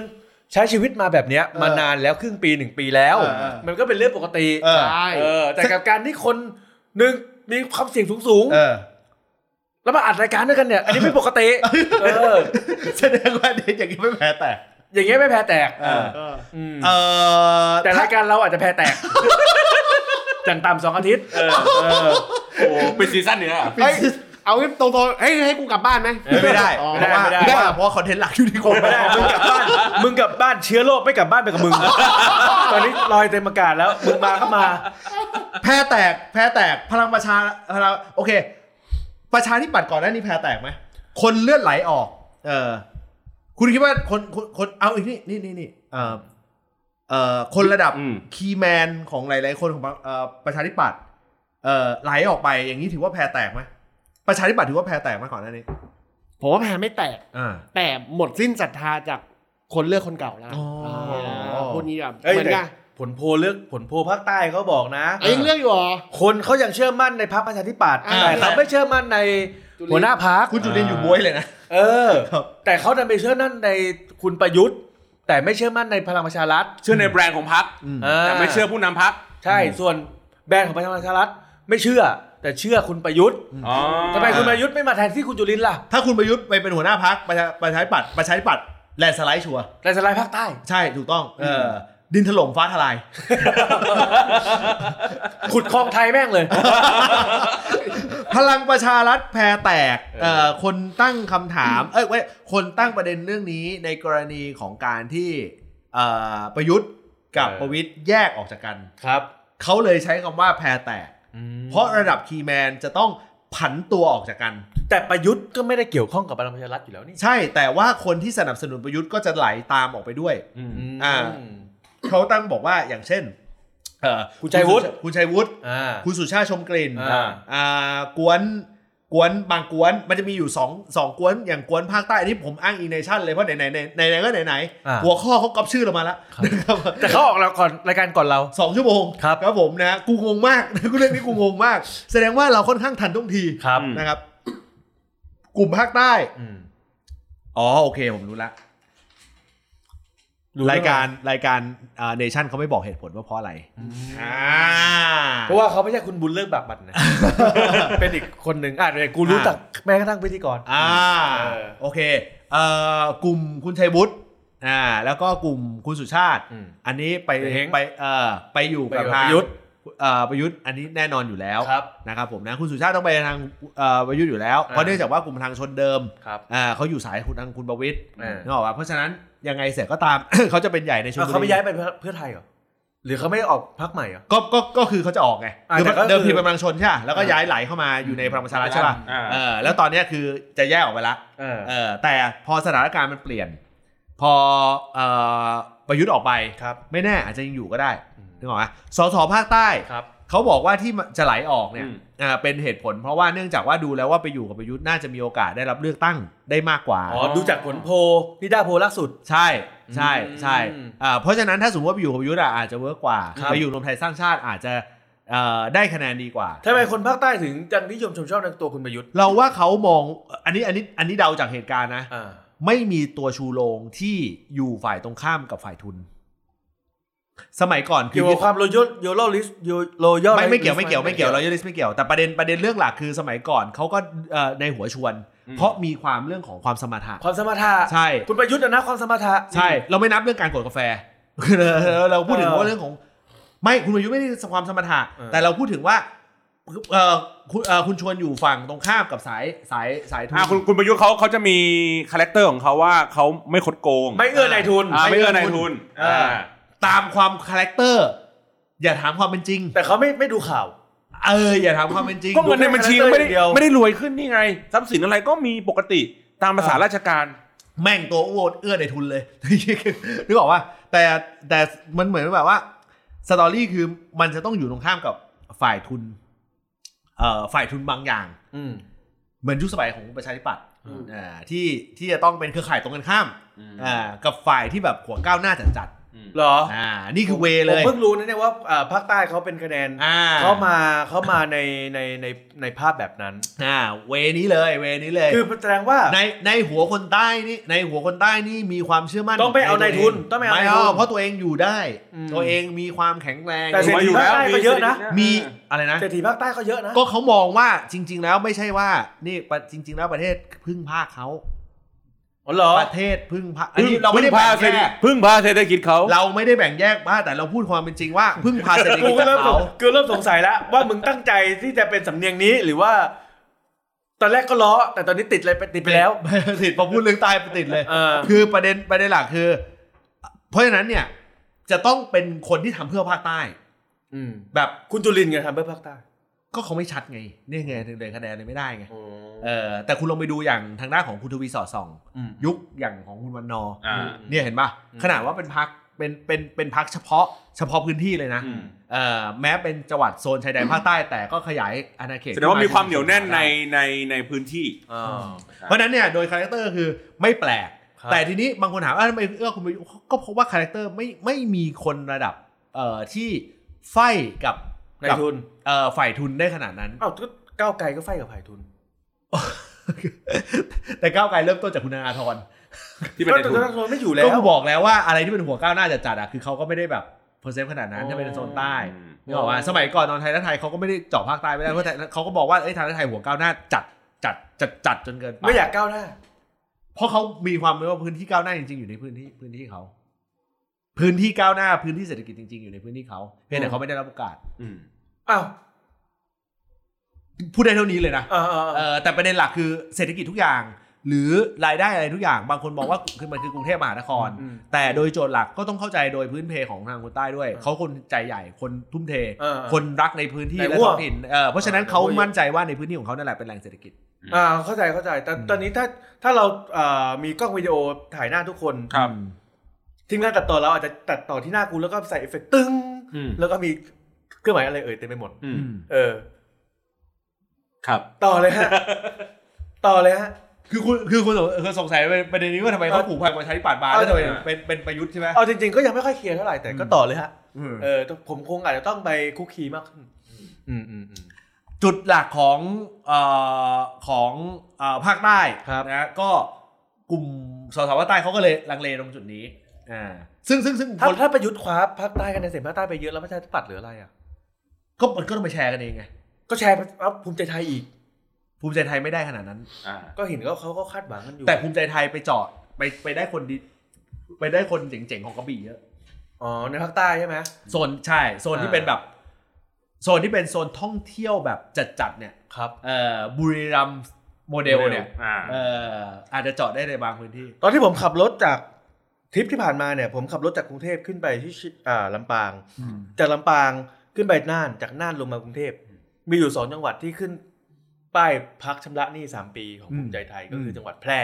Speaker 1: ใช้ชีวิตมาแบบเนี้ย
Speaker 2: เออ
Speaker 1: มานานแล้วครึ่งปีหนึ่งปีแล้ว
Speaker 2: เออเออ
Speaker 1: มันก็เป็นเรื่องปกติ
Speaker 2: เออ
Speaker 4: ใช่
Speaker 1: เออแต่กับการที่คนหนึ่งมีความเสี่ยงสูง
Speaker 2: เออ
Speaker 1: ๆแล้วมาอัดรายการด้วยกันเนี่ย อันนี้ไม่ปกติเออ
Speaker 2: แสดงว่าเด็กอย่างนี้ไม่แพ้แต่
Speaker 1: อย่างเงี้ยไม่แพ้แตก
Speaker 2: เออ
Speaker 4: เออ
Speaker 1: อืม
Speaker 2: เออ
Speaker 1: แต่รายการเราอาจจะแพ้แตกจังตามสองอาทิตย์ เออเออ
Speaker 3: โอ้เป็นซีซั่นเนี้ยเหรอ
Speaker 4: เฮ้ย เอางี้ตรงๆให้ให้กูกลับบ้านไหม
Speaker 2: ไม่ไม่ได้
Speaker 4: อ๋อ
Speaker 2: เพราะว่า
Speaker 1: ไม่ได้
Speaker 2: เพราะว่าเพราะว่าคอนเทนต์หลักอยู่ที่คน
Speaker 1: ไม่ได้มึงกลับบ้าน มึงกลับบ้านเชื้อโรคไม่กลับบ้านไปกับมึง ตอนนี้ลอยเต็มอากาศแล้ว มึงมาก็มา
Speaker 2: แพ้แตกแพ้แตกพลังประชาพลังโอเค ประชาธิปัตย์ก่อนหน้านี้แพ้แตกไหมคนเลือดไหลออก เออ คุณคิดว่าคนคนคนเอาอีกนี่นี่นี่นี่เออเออคนระดับ
Speaker 3: อืม
Speaker 2: คีย์แมนของหลาย ๆ คนของพรรคเอ่อประชาธิปัตย์เอ่อไหลออกไปอย่างนี้ถือว่าแพรแตกไหมประชาธิปัตย์ถือว่าแพรแตกไหมก่อนหน้านี้
Speaker 4: ผมว่าแพ้ไม่แตก
Speaker 2: อ่า
Speaker 4: แต่หมดสิ้นศรัทธาจากคนเลือกคนเก่าแล้ว
Speaker 2: อ๋ออ่
Speaker 4: าพวกนี้แบบ
Speaker 1: เอ้ย
Speaker 4: เหมือน
Speaker 1: แต่
Speaker 4: กัน
Speaker 1: ผลโพลเลือกผลโพลภาคใต้เขาบอกนะ
Speaker 4: เอ้ยยังเลือกอยู่เหรอ
Speaker 1: คนเขายังเชื่อมั่นในพรรคประชาธิปัตย์
Speaker 4: อ่า
Speaker 1: แต่เขาไม่เชื่อมั่นในหัวหน้าพรรค
Speaker 2: คุณจุลินอยู่บวยเลยนะ
Speaker 1: เออ
Speaker 2: ครับ
Speaker 1: แต่เขาดันไปเชื่อนั่นในคุณประยุทธ์ แต่ไม่เชื่อมั่นในพลังประชารัฐ
Speaker 3: เชื่อในแบรนด์ของพัก
Speaker 1: า
Speaker 3: แต่ไม่เชื่อผู้นำพัก
Speaker 1: ใช่ ส่วนแบรนด์ของประชาประชารัฐไม่เชื่อ แต่เชื่อคุณประยุทธ์
Speaker 3: อ๋อ
Speaker 1: ทำไมคุณประยุทธ์ไม่มาแทนที่คุณจุลินทร์ล่ะ
Speaker 2: ถ้าคุณประยุทธ์ไปเป็นหัวหน้าพักประชาประชาธิปัตย์ประชาธิปัตย์แลนด์สไลด์ชัวร์
Speaker 1: แต่สไลด์ภาคใต้
Speaker 2: ใช่ถูกต้องเออดินถล่มฟ้าทลาย
Speaker 1: ขุดคลองไทยแม่งเลย
Speaker 2: พลังประชารัฐแพรแตกเอ่อคนตั้งคำถาม เอ้ยเว้ยคนตั้งประเด็นเรื่องนี้ในกรณีของการที่เอ่อประยุทธ์กับ
Speaker 1: เออ
Speaker 2: ประวิทย์แยกออกจากกัน
Speaker 1: ครับ
Speaker 2: เขาเลยใช้คำว่าแพรแตก เพราะระดับคีย์แมนจะต้องผันตัวออกจากกัน
Speaker 1: แต่ประยุทธ์ก็ไม่ได้เกี่ยวข้องกับพลังประชารัฐอยู่แล้วนี่
Speaker 2: ใช่แต่ว่าคนที่สนับสนุนประยุทธ์ก็จะไหลาตามออกไปด้วย
Speaker 3: อืม
Speaker 2: อ่า เขาตั้งบอกว่าอย่างเช่นเอ่อ
Speaker 1: คุณชัยวุฒิ
Speaker 2: คุณชัยวุฒิ
Speaker 1: อ่า
Speaker 2: คุณสุชาติชมกลิ่น
Speaker 1: อ่า
Speaker 2: อ่ากวนกวนบางกวนมันจะมีอยู่สองสองกวนอย่างกวนภาคใต้อันนี้ผมอ้างอินเนชั่นเลยเพราะไหนไหนไหนไหนๆก็ไหนไหนๆ
Speaker 1: อ่า
Speaker 2: หัวข้อเขาก๊อปชื่อเรามาแล้วนะครับ
Speaker 1: แต่เขาออกเราก่อนรายการก่อนเรา
Speaker 2: สองชั่วโมง
Speaker 1: ครับ
Speaker 2: ผมนะ กูงงมาก กูเรื่องนี้กูงงมาก แสดงว่าเราค่อนข้างทันท่วงที
Speaker 1: ครับ
Speaker 3: อืม
Speaker 2: นะครับ กลุ่มภาคใต้
Speaker 1: อืม
Speaker 2: อ๋อโอเคผมรู้ละ รายการรายการเนชั่นเขาไม่บอกเหตุผลว่าเพราะอะไรอ่า
Speaker 1: เพราะว่าเขาไม่ใช่คุณบุญเลิกบากบัตรนะ เป็นอีกคนหนึ่งอ่ะเดี๋ยวกูรู้
Speaker 2: อ่า
Speaker 1: จักแม้กระทั่งพิธีกร
Speaker 2: อ่า
Speaker 1: เออ
Speaker 2: โอเคเอ่อกลุ่มคุณชัยวุฒิอ่า แล้วก็กลุ่มคุณสุชาติ
Speaker 1: อืม
Speaker 2: อันนี้ไป
Speaker 1: ไปเฮ้ง
Speaker 2: ไปเอ่อไปอยู่กับ
Speaker 1: ไปอ
Speaker 2: ทาง
Speaker 1: ยู่กับประยุทธ์
Speaker 2: เอ่อประยุทธ์อันนี้แน่นอนอยู่แล้ว
Speaker 1: ครับ
Speaker 2: นะครับผมนะคุณสุชาติต้องไปทางเอ่อประยุทธ์อยู่แล้วเพราะ
Speaker 1: อ่า
Speaker 2: เนื่องจากว่ากลุ่มพลังชนเดิม
Speaker 1: ครับ
Speaker 2: อ่าเขาอยู่สายคุณทางคุณประวิทย์
Speaker 1: เออ
Speaker 2: นึกออกป่ะเพราะฉะนั้นยังไงเสร็จก็ตาม เขาจะเป็นใหญ่ในชล
Speaker 1: แล้ว
Speaker 2: บุ
Speaker 1: เขาไม่
Speaker 2: รี
Speaker 1: ย้ายไปเพื่อเพื่อไทยเหรอหรือเขาไม่ได้ออกพักใหม่เหรอ
Speaker 2: ก็ก็ก็คือเขาจะออกไง
Speaker 1: อ่า
Speaker 2: คือ
Speaker 1: แต่ก็คือ
Speaker 2: เดิมทีเป็นพลังชนใช่ป่ะแล้วก็ย้ายไหลเข้ามาอยู่ในพลังประชารัฐใช่ป่ะ
Speaker 3: อ่า
Speaker 2: เออแล้วตอนเนี้ยคือจะแยกออกไปละ
Speaker 1: เออ
Speaker 2: เออแต่พอสถานการณ์มันเปลี่ยน พอเอ่อประยุทธ์ออกไป
Speaker 1: ครับ
Speaker 2: ไม่แน่อาจจะยังอยู่ก็ได้
Speaker 1: อืม
Speaker 2: นึกออกไหมสสภาคใต้
Speaker 1: ครับ
Speaker 2: เขาบอกว่าที่จะไหลออกเนี่ย
Speaker 3: อืม
Speaker 2: อ่าเป็นเหตุผล เพราะว่าเนื่องจากว่าดูแล้วว่าไปอยู่กับประยุทธ์น่าจะมีโอกาสได้รับเลือกตั้งได้มากกว่า
Speaker 1: อ๋อ ดูจากผลโพลนิดาโพลล่าสุด
Speaker 2: ใช่ใช่
Speaker 1: อืม
Speaker 2: ใช่อ่าเพราะฉะนั้นถ้าสมมติว่าไปอยู่กับประยุทธ์อะอาจจะเวิร์กกว่า
Speaker 1: ครับ
Speaker 2: ไปอยู่รวมไทยสร้างชาติอาจจะเอ่อได้คะแนนดีกว่า
Speaker 1: ทำไมคนภาคใต้ถึงจังนิยมชมชอบในตัวคุณประยุทธ์
Speaker 2: เราว่าเขามองอันนี้อันนี้อันนี้เดาจากเหตุการณ์นะ
Speaker 1: อ่า
Speaker 2: ไม่มีตัวชูโรงที่อยู่ฝ่ายตรงข้ามกับฝ่ายทุน สมัยก่อนคื
Speaker 1: เกี่ยวกับความโรยลโยลลิสโรยล
Speaker 2: ไม่ไม่เกี่ยวไม่เกี่ยวไม่เกี่ยวเรายลิสไม่เกี่ยวแต่ประเด็นประเด็นเรื่องหลักคือสมัยก่อนเขาก็เอ่อในหัวชวน
Speaker 3: อืม
Speaker 2: เพราะมีความเรื่องของความสมรรถะ
Speaker 1: ความสมรรถะ
Speaker 2: ใช่
Speaker 1: คุณประยุทธ์อะนะความสมรรถะ
Speaker 2: ใช่ เราไม่นับเรื่องการกดกาแฟ เราเราพูดถึง
Speaker 1: เออ
Speaker 2: ว่าเรื่องของ ไม่คุณประยุทธ์ไม่ได้ความสมรรถะ
Speaker 1: เออ
Speaker 2: แต่เราพูดถึงว่าเอ่อคุณเอ่อคุณชวนอยู่ฝั่งตรงข้ามกับสายสายสายทุน
Speaker 3: อ่าคุณคุณประยุทธ์เขาเขาจะมีคาแรคเตอร์ของเขาว่าเขาไม่คดโกง
Speaker 1: ไม่เอื้อนายทุน
Speaker 3: อ่าไม่เอื้อนายทุน
Speaker 2: เอออ่
Speaker 3: า
Speaker 2: ตามความคาแรคเตอร์ อย่าถามความเป็นจริง
Speaker 1: แต่เขาไม่ไม่ดูข่าว
Speaker 2: เอออย่าถามความเป็นจริง
Speaker 3: ก็เงินในบัญชีก็ไม่ได้
Speaker 1: เดียว
Speaker 3: ไม่ได้รวยขึ้นนี่ไงทรัพย์สินอะไรก็มีปกติตามภาษาราชการ
Speaker 2: แม่ง ตัวอ้วนเอื้อในทุนเลย นึกออกว่าแต่แต่มันเหมือนแบบว่า สตอรี่คือมันจะต้องอยู่ตรงข้ามกับฝ่ายทุนเอ่อฝ่ายทุนบางอย่าง
Speaker 1: อืม
Speaker 2: เหมือนยุคสมัยของประชาธิปัตย์
Speaker 1: อืม
Speaker 2: อ่าที่ที่จะต้องเป็นเครือข่ายตรงกันข้าม
Speaker 3: อืม
Speaker 2: อ่ากับฝ่ายที่แบบหัวก้าวหน้าจัดจัด
Speaker 3: อืม
Speaker 1: เหรอ
Speaker 2: ๆอ่านี่คือเวเลย
Speaker 1: ผมเพิ่งรู้นะเนี่ยว่าอ่าภาคใต้เขาเป็นคะแนน
Speaker 2: อ่า
Speaker 1: เขามาเขามาในในในในภาพแบบนั้น
Speaker 2: อ่าเวนี้เลยเวนี้เลย
Speaker 1: คือแสดงว่า
Speaker 2: ในในหัวคนใต้นี่ในหัวคนใต้นี่มีความเชื่อมั่น
Speaker 1: ต้องไปเอานายทุน
Speaker 2: ว
Speaker 1: ต้องไปเอานายทุน
Speaker 2: เพราะตัวเองอยู่ได้
Speaker 1: อืม
Speaker 2: ตัวเองมีความแข็งแรง
Speaker 1: แต่เศรษฐีภาคใต้ก็เยอะนะ
Speaker 2: มีอะไรนะ
Speaker 1: เศรษฐีภาคใต้ก็เยอะนะ
Speaker 2: ก็เขามองว่าจริง ๆ แล้วไม่ใช่ว่า นี่ปะจริง ๆ แล้วประเทศพึ่งพาเขา
Speaker 1: อ๋อเหรอ
Speaker 2: ประเทศพึ่งพาอันนี้เราไม่ได้แบ่ง
Speaker 3: พึ่งพาเศรษฐ
Speaker 2: แย
Speaker 3: กิจ
Speaker 2: ก
Speaker 3: พึ่งพาเศรษฐกิจเขา
Speaker 2: เราไม่ได้แบ่งแยกว่าแต่เราพูดความเป็นจริง ว่า พึ่งพาเศรษฐ
Speaker 1: กู
Speaker 2: กิจ
Speaker 1: ก็
Speaker 2: จา
Speaker 1: เริ่
Speaker 2: ก
Speaker 1: ม
Speaker 2: เขา
Speaker 1: กูเริ่มสงสัยแล้วว่ามึงตั้งใจที่จะเป็นสำเนียงนี้หรือว่า ตอนแรกก็ล้อ แต่ตอนนี้ติดเลยไปติดไปแล้ว
Speaker 2: ติดพอพูดเรื่องตายติดเลย
Speaker 1: เออ
Speaker 2: คือประเด็นประเด็นหลักคือ เพราะฉะนั้นเนี่ยจะต้องเป็นคนที่ทำเพื่อภาคใต้
Speaker 1: อืม
Speaker 2: แบบ
Speaker 1: คุณจุลินไงทำเพื่อภาคใต้
Speaker 2: ก็เขาไม่ชัดไงนี่ไงถึงเลยคะแนนเลยไม่ได้ไงเออแต่คุณลองไปดูอย่างทางด้านของคุณทวีสอดส่อง
Speaker 1: อืม
Speaker 2: ยุคอย่างของคุณวันนอร์
Speaker 3: อ่า
Speaker 2: เนี่ยเห็นป่ะขนาดว่าเป็นพักเป็นเป็นเป็นพักเฉพาะเฉพาะพื้นที่เลยนะ
Speaker 3: อืม
Speaker 2: เอ่อแม้เป็นจังหวัดโซนชายแดนภาคใต้แต่ก็ขยายอาณาเขต
Speaker 3: แสดงว่ามีความเหนียวแน่นในในในพื้นที่
Speaker 2: เพราะฉะนั้นเนี่ยโดยคาแรคเตอร์คือไม่แปลก
Speaker 1: ครับ
Speaker 2: แต่ทีนี้บางคนถามว่าทำไมเอื้อคุณประยุทธ์ก็เพราะว่าคาแรคเตอร์ไม่ไม่มีคนระดับเอ่อที่ไฟกับ
Speaker 1: นาย
Speaker 2: กับ
Speaker 1: ทุน
Speaker 2: เอ่อฝ่ายทุนได้ขนาดนั้น
Speaker 1: เอ้าก็ก้าวไกลก็ไฟกับฝ่ายทุน
Speaker 2: แต่ก้าวไกลเริ่มต้นจากคุณธนาธร
Speaker 3: ที่เป็นใน
Speaker 1: ก็
Speaker 3: ทุน
Speaker 1: แต่ทุนไม่อยู่แล้
Speaker 2: ก็
Speaker 1: ว
Speaker 2: กูบอกแล้วว่าอะไรที่เป็นหัวก้าวหน้าจัดๆอ่ะคือเขาก็ไม่ได้แบบเพอร์เซฟขนาดนั้น
Speaker 1: อ๋อ
Speaker 2: ถ้าเป็นโซนใต้
Speaker 3: อืม
Speaker 2: นึกออกว่าสมัยก่อนนอนไทยและไทยเขาก็ไม่ได้เจาะภาคใต้ไม่ได้เพราะแต่เขาก็บอกว่าไอ้ยไทยและไทยหัวก้าวหน้าจัดจัดจัดจัดจนเกินไป
Speaker 1: ไม่อยากก้าวหน้า
Speaker 2: เพราะเขามีความรู้ว่าพื้นที่ก้าวหน้าจริงๆอยู่ในพื้นที่พื้นที่เขา พื้นที่ก้าวหน้าพื้นที่เศรษฐกิจจริงๆอยู่ในพื้นที่เขาเพียงแต่เขาไม่ได้รับโอกาส
Speaker 3: อืม
Speaker 1: อ้าว
Speaker 2: พูดได้เท่านี้เลยนะ
Speaker 1: เออเออเอ
Speaker 2: เอ
Speaker 1: อ
Speaker 2: อแต่ประเด็นหลักคือเศรษฐกิจทุกอย่าง หรือรายได้อะไรทุกอย่าง บางคนบอกว่าคือมันคือกรุงเทพมหานคร
Speaker 1: อืม
Speaker 2: แต่โดยโจทย์หลักก็ต้องเข้าใจโดยพื้นเพของทางคนใต้ด้วย
Speaker 1: อ่า
Speaker 2: เขาคนใจใหญ่คนทุ่มเท
Speaker 1: อ่า
Speaker 2: คนรักในพื้นที่
Speaker 1: แต่
Speaker 2: และ
Speaker 1: ว่า
Speaker 2: ท้องถิ่นเออเพราะฉะนั้น
Speaker 1: อ่าแต่
Speaker 2: เขา
Speaker 1: ว่า
Speaker 2: มั่นใจว่าในพื้นที่ของเขานั่นแหละเป็นแหล่งเศรษฐกิจ
Speaker 1: อ่าเข้าใจเข้าใจ แต่ตอนนี้ถ้าถ้าเราเอ่อมีกล้องวิดีโอถ่ายหน้าทุกคน
Speaker 3: ครับ
Speaker 1: ทีมงานตัดต่อเราอาจจะตัดต่อที่หน้ากูแล้วก็ใส่เอฟเฟกต์ตึ้ง
Speaker 3: อืม
Speaker 1: แล้วก็มีเครื่องหมายอะไรเอ่ยเต็มไปหมด
Speaker 3: อืม
Speaker 1: เออ
Speaker 3: ครับ
Speaker 1: ต่อเลยฮะ ต่อเลยฮะ
Speaker 2: คือคุณคือคุณสงคือสงสัยประเด็นนี้ว่าทำไมเขาผูกพันกับประชาธิปัตย์มาแล้วทำไม
Speaker 1: เอา
Speaker 2: เป็นเป็นประยุทธ์ใช่ไหม
Speaker 1: เอาจริงๆก็ยังไม่ค่อยเคลียร์เท่าไหร่แต่ก็ต่อเลยฮะ
Speaker 2: อืม
Speaker 1: เออผมคงอาจจะต้องไปคุกคีมากขึ้น อืมอืมอืม
Speaker 2: จุดหลักของเอ่อของเอ่อภาคใต้
Speaker 1: ครับ
Speaker 2: นะก็กลุ่มสสภาคใต้เขาก็เลยลังเลตรงจุดนี้อ่าซึ่งซึ่งซึ่ง
Speaker 1: ถ้า
Speaker 2: คน
Speaker 1: ถ้าประยุทธ์คว้าภาคใต้กันในเสียงภาคใต้ไปเยอะแล้วประชาธิปัตย์เหลืออะไรอ่ะ
Speaker 2: ก็มันก็ต้องไปแชร์กันเองไง
Speaker 1: ก็แชร์เอาภูมิใจไทยอีก
Speaker 2: ภูมิใจไทยไม่ได้ขนาดนั้น
Speaker 3: อ่า
Speaker 1: ก็เห็นก็เขาก็คาดหวังกันอยู่
Speaker 2: แต่ภูมิใจไทยไปเจาะไปไปได้คนดีไปได้คนเจ๋งๆของกระบี่เยอะ
Speaker 1: อ๋อในภาคใต้ใช่ไหม
Speaker 2: โซนใช่ โซนที่
Speaker 1: อ่า
Speaker 2: เป็นแบบ โซนที่เป็นโซนท่องเที่ยวแบบจัดๆเนี่ย
Speaker 1: ครับ
Speaker 2: เอ่อบุรีรัมย์โมเดลเนี่ย
Speaker 3: อ่า
Speaker 2: เอ่ออาจจะเจาะได้ในบางพื้นที่
Speaker 1: ตอนที่ผมขับรถจากทริปที่ผ่านมาเนี่ย ผมขับรถจากกรุงเทพขึ้นไปที่ชิอ่าลำปาง จากลำปางขึ้นไปน่านจากน่านลงมากรุงเทพ มีอยู่สองจังหวัดที่ขึ้นป้ายพักชำระหนี้สามปีของภูมิใจไทยก็คืออ
Speaker 2: ม
Speaker 1: จังหวัดแพร่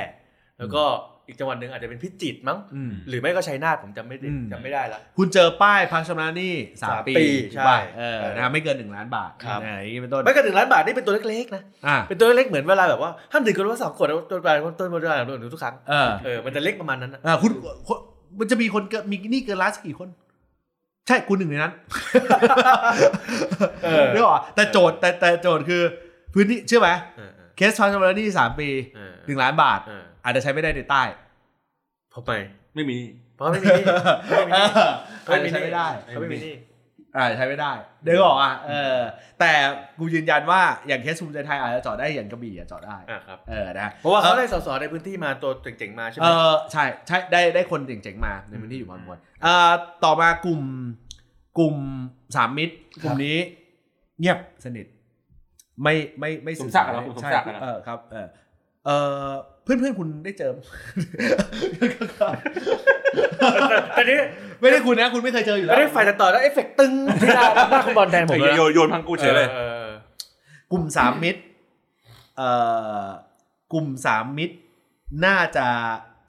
Speaker 1: แล้วก็อีกจังหวัดหนึ่งอาจจะเป็นพิจิตรมั้ง
Speaker 2: อืม
Speaker 1: หรือไม่ก็ชัยนาทผมจำไม่ได้
Speaker 2: อืม
Speaker 1: จำไม่ได้ละ
Speaker 2: คุณเจอป้ายพักชำระหนี้สาม
Speaker 1: สามปี
Speaker 2: ปีถู
Speaker 1: ใช่
Speaker 2: กป่ะเออ
Speaker 1: เออ
Speaker 2: นะไม่เกินหนึ่งล้านบาท
Speaker 1: ครับ
Speaker 2: เอออย่างนี้เป็นต้น
Speaker 1: ไม่ก็ถึงล้านบาทนี่เป็นตัวเล็กๆนะ
Speaker 2: อ่ะ
Speaker 1: เป็นตัวเล็กๆเหมือนเวลาแบบว่าห้ามดื่มเกันว่าสองขวดแล้วตัวใหญ่ต้นบนตัวใหญ่ตัวหนึ่งทุกครั้ง
Speaker 2: เออ
Speaker 1: เออมันจะเล็กประมาณนั้นนะ
Speaker 2: อ่ะคุณคุณมันจะมีคนเกินมีหนี่เกินล้านสักกี่คน ใช่คุณหนึ่งในนั้น
Speaker 1: เออ
Speaker 2: นึกออกปะแต่โจทย์แต่แต่โจทย์คือพื้นที่เชื่อไหม
Speaker 1: เออเออ
Speaker 2: เคสพักชำระหนี้สามปี
Speaker 1: เออ
Speaker 2: หนึ่งล้านบาท
Speaker 1: เออ
Speaker 2: อาจจะใช้ไม่ได้ในใต้
Speaker 1: เพราะไป
Speaker 3: ไม่มี
Speaker 1: เพราะไม่มี
Speaker 2: เออ
Speaker 1: เขาไม่มี
Speaker 2: ใช้ไม่ได้
Speaker 1: เขาไม่มีหนี่
Speaker 2: อ่าใช้ไม่ได้เดี๋ยวบอกอ่ะเออ แต่กูยืนยันว่าอย่างเคสภูมิใจไทยอาจจะเจอดได้อย่างกระบี่อ่ะเจอดได้
Speaker 1: อ่ะครับ
Speaker 2: เออนะ
Speaker 1: เพราะว่าเขาได้สสในพื้นที่มาตัวเจ๋งๆมาใช่ไห
Speaker 2: เอ
Speaker 1: ม
Speaker 2: อใช่ใช่ได้ได้คนเจ๋งๆมาในพื้นที่อยู่บนบนเอ่อต่อมากลุ่มกลุ่มสามมิตรกลุ่มนี้ เงียบสนิท ไม่ไม่ไม่อ
Speaker 3: สมศักดิ์เหรอ
Speaker 2: สาร
Speaker 3: คุณสม
Speaker 2: ใช่
Speaker 3: ศักดิ์เหรอ
Speaker 2: เออครับ เออเออเพื่อนเพื่อนๆคุณได้เจอ
Speaker 1: ตอนนี้
Speaker 2: ไม่ได้คุณนะ คุณไม่เคยเจออยู่
Speaker 1: ตอ
Speaker 2: แล้
Speaker 1: น
Speaker 2: ว
Speaker 1: นี้ฝ่ายตัดต่อแล้วเอฟเฟกต์ตึงที่หน้าหน้าคุณบอลแทนผมเลย
Speaker 3: โยนโยนพังกูเฉยเลย
Speaker 1: เออเออก
Speaker 2: ลุ่มสามมิตรเอ่อกลุ่มสามมิตร น่าจะ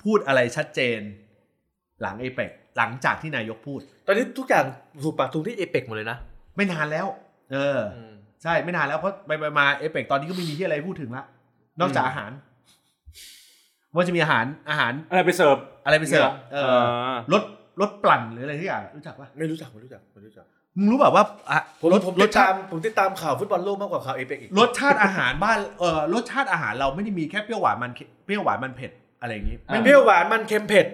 Speaker 2: พูดอะไรชัดเจน หลังเอเปกหลังจากที่นายกพูด
Speaker 1: ต อนนี้ทุกอย่างถูกปากทุงที่เอเปกหมดเลยนะ
Speaker 2: ไม่นานแล้ว เออ ใช่ไม่นานแล้วเพราะไปไปมาเอเปกตอนนี้ก็ไม่มีที่อะไรพูดถึงละนอกจากอาหาร ว่าจะมีอาหารอาหาร
Speaker 3: อะไรไปเสิร์ฟ
Speaker 2: อะไรไปเสิร์ฟเอ
Speaker 3: เอ
Speaker 2: อ
Speaker 3: อ
Speaker 2: รถรถปลั่นหรืออะไรที่อย่างรู้จักปะ
Speaker 1: ไม่รู้จักไม่รู้จักไม่รู้จัก
Speaker 2: มึงรู้แบบว่าอ่ะ
Speaker 1: ผม
Speaker 2: รส
Speaker 1: ผม
Speaker 2: รส
Speaker 1: ติด
Speaker 2: ชา
Speaker 1: ตาม
Speaker 2: ติ
Speaker 1: ผมติดตามข่าวฟุตบอลโลกมากกว่าข่าวเอเปกอีก
Speaker 2: รสชาติอาหารบ้านเออรสชาติอาหารเราไม่ได้มีแค่เปรี้ยวหวานมันเค็มเปรี้ยวหวานมันเผ็ดอะไรอย่างงี้
Speaker 1: มั
Speaker 2: มันน
Speaker 1: เปรี้ยวหวานมันเค็มเผ็ด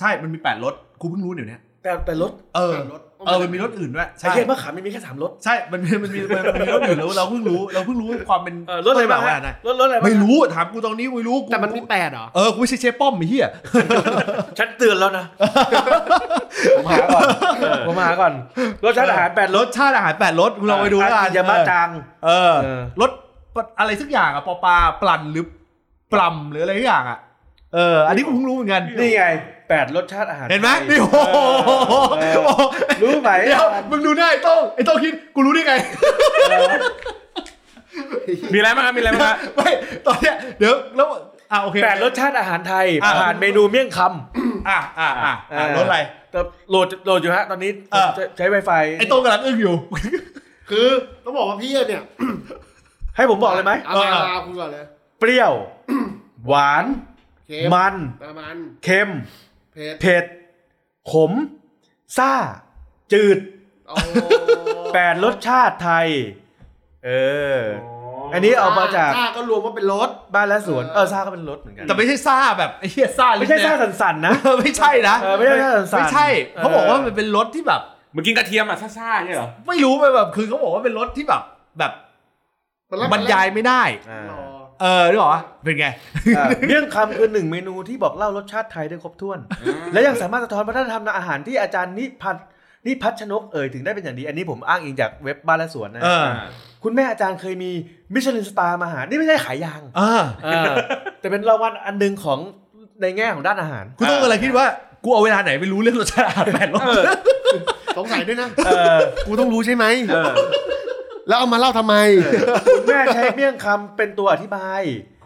Speaker 2: ใช่มันมีแปดรสกูเพิ่งรู้เดี๋ยวนี้
Speaker 1: แต่แต่รส
Speaker 2: เออ
Speaker 4: แปดรส
Speaker 2: เออมันมีรสอื่นด้วย
Speaker 1: ไอ
Speaker 2: ใช่
Speaker 1: เค็มมะขามมันมีแค่สามรส
Speaker 2: ใช่มันมีมันมีมันมีรสอื่นแล้วเราเพิ่งรู้เราเพิ่งรู้ความเป็น
Speaker 1: เออรสอะไรบ้าง
Speaker 2: ต้นแบบว่
Speaker 1: ฮะ
Speaker 2: นะ
Speaker 1: รสรสอะไรบ้าง
Speaker 2: ไม่รู้ถามกูตรงนี้กูไม่รู้กู
Speaker 4: แต่มันมีแปดเหรอ
Speaker 2: เออกูไม่ใช่เชฟป้อมไอ้เหี้ย
Speaker 1: ฉันเตือนแล้วนะ
Speaker 3: ผมหาก่อน
Speaker 1: ผมมาก่อนรสชาติอาหารแปด
Speaker 2: ร
Speaker 1: ร
Speaker 2: ส
Speaker 1: ส
Speaker 2: ชาติอาหารแปดรสกูลองไปดูแล้วกั
Speaker 1: อานกิยามะจัง
Speaker 2: เออ
Speaker 1: เออ
Speaker 2: รสอะไรสักอย่างอะปอปลาปลันหรือปลำหรืออะไรสักอย่างอะเออ อันนี้กูเพิ่งรู้เหมือนกัน
Speaker 1: นี่ไงแปดรสชาติอาหาร
Speaker 2: เห็นไหม
Speaker 1: ทย
Speaker 2: นี่โอ้โห
Speaker 1: เออรู้ไหม
Speaker 2: เดี๋ยวมึงดูหน้าไอ้โต้งไอ้โต้งคิดกูรู้ได้ไง
Speaker 3: มีอะไรบ้างครับมีอะไรบ้างครับ
Speaker 2: ไม่ตอนเนี้ยเดี๋ยวแล้วอ่ะโอเค
Speaker 1: แปดรสชาติอาหารไทย
Speaker 2: อ่ะ
Speaker 1: ผ่านเมนูเมี่ยงคำ
Speaker 2: อ่ะอ่ะอ่ะ
Speaker 1: เอ
Speaker 2: อ่ะ
Speaker 1: อ
Speaker 2: รสอะไร
Speaker 1: แต่โหลดโหลดอยู่ฮะตอนนี้
Speaker 2: เออ
Speaker 1: ใช้ใช้ Wi-Fi
Speaker 2: ไอ้โต้งกำลังอึ้งอยู่
Speaker 4: คือต้องบอกว่าพี่เนี่ย
Speaker 1: ให้ผมบอกเลยไหม
Speaker 4: เอามาเอาคุณก่อนเลย
Speaker 1: เปรี้ยว หวาน
Speaker 4: เค็ม
Speaker 1: มัน
Speaker 4: ประมาณ
Speaker 1: เค็ม
Speaker 4: เผ็ด
Speaker 1: เผ็ด ขม ซ่า จืด
Speaker 4: โอ้
Speaker 1: แปดรสชาติไทย เออ อันนี้เอามาจาก
Speaker 4: ซ่ก็รวมว่าเป็นรส
Speaker 1: บ้านและสวน
Speaker 4: เออ
Speaker 1: เออซ่าก็เป็นรสเหมือนกัน
Speaker 2: แต่ไม่ใช่ซ่าแบบไอ้เหี้ยซ่าลิ้น
Speaker 1: ไม่ใช่
Speaker 2: แดง
Speaker 1: ซ่าสันๆนะ
Speaker 2: เออไม่ใช่นะ
Speaker 1: เออไม่ใช่ท่าสั่นๆ
Speaker 2: ไม่ใช่
Speaker 1: เออ
Speaker 2: เขาบอกว่ามันเป็นรถที่แบบ
Speaker 3: มึงกินกระเทียมอ่ะซ่าๆเนี่ยเหรอ
Speaker 2: ไม่รู้มันแบบคือเขาบอกว่าเป็นรถที่แบบ แบบบรรยายไม่ได้
Speaker 1: อ่า
Speaker 4: อ๋อ
Speaker 2: เออรู้เหรอวะเป็นไง
Speaker 1: อ่า เรื่องคำคือหนึ่งเมนูที่บอกเล่ารสชาติไทยได้ครบถ้วน และยังสามารถสะท้อนวัฒนธรรมอาหารที่อาจารย์นิพัฒน์นิพัฒชนกเอ่ยถึงได้เป็นอย่างดี อันนี้ผมอ้างอิงจากเว็บบ้านและสวนนะ
Speaker 2: เอ อ
Speaker 1: คุณแม่อาจารย์เคยมีมิชลินสตาร์มาหา นี่ไม่ใช่ขายยาง
Speaker 2: เออ
Speaker 1: เออแต่เป็นรางวัลอันหนึ่งของในแง่ของด้านอาหาร
Speaker 2: กูต้องอะไรคิดว่ากูเอาเวลาไหนไปรู้เรื่องรสชาติอาหารแปดรส
Speaker 3: เออ
Speaker 4: สงสัยด้วยนะ
Speaker 1: เออ
Speaker 4: กูต้องรู้ใช่ไหม
Speaker 3: เออ
Speaker 4: แล้วเอามาเล่าทำไม
Speaker 1: คุณแม่ใช้เมี่ยงคำเป็นตัวอธิบาย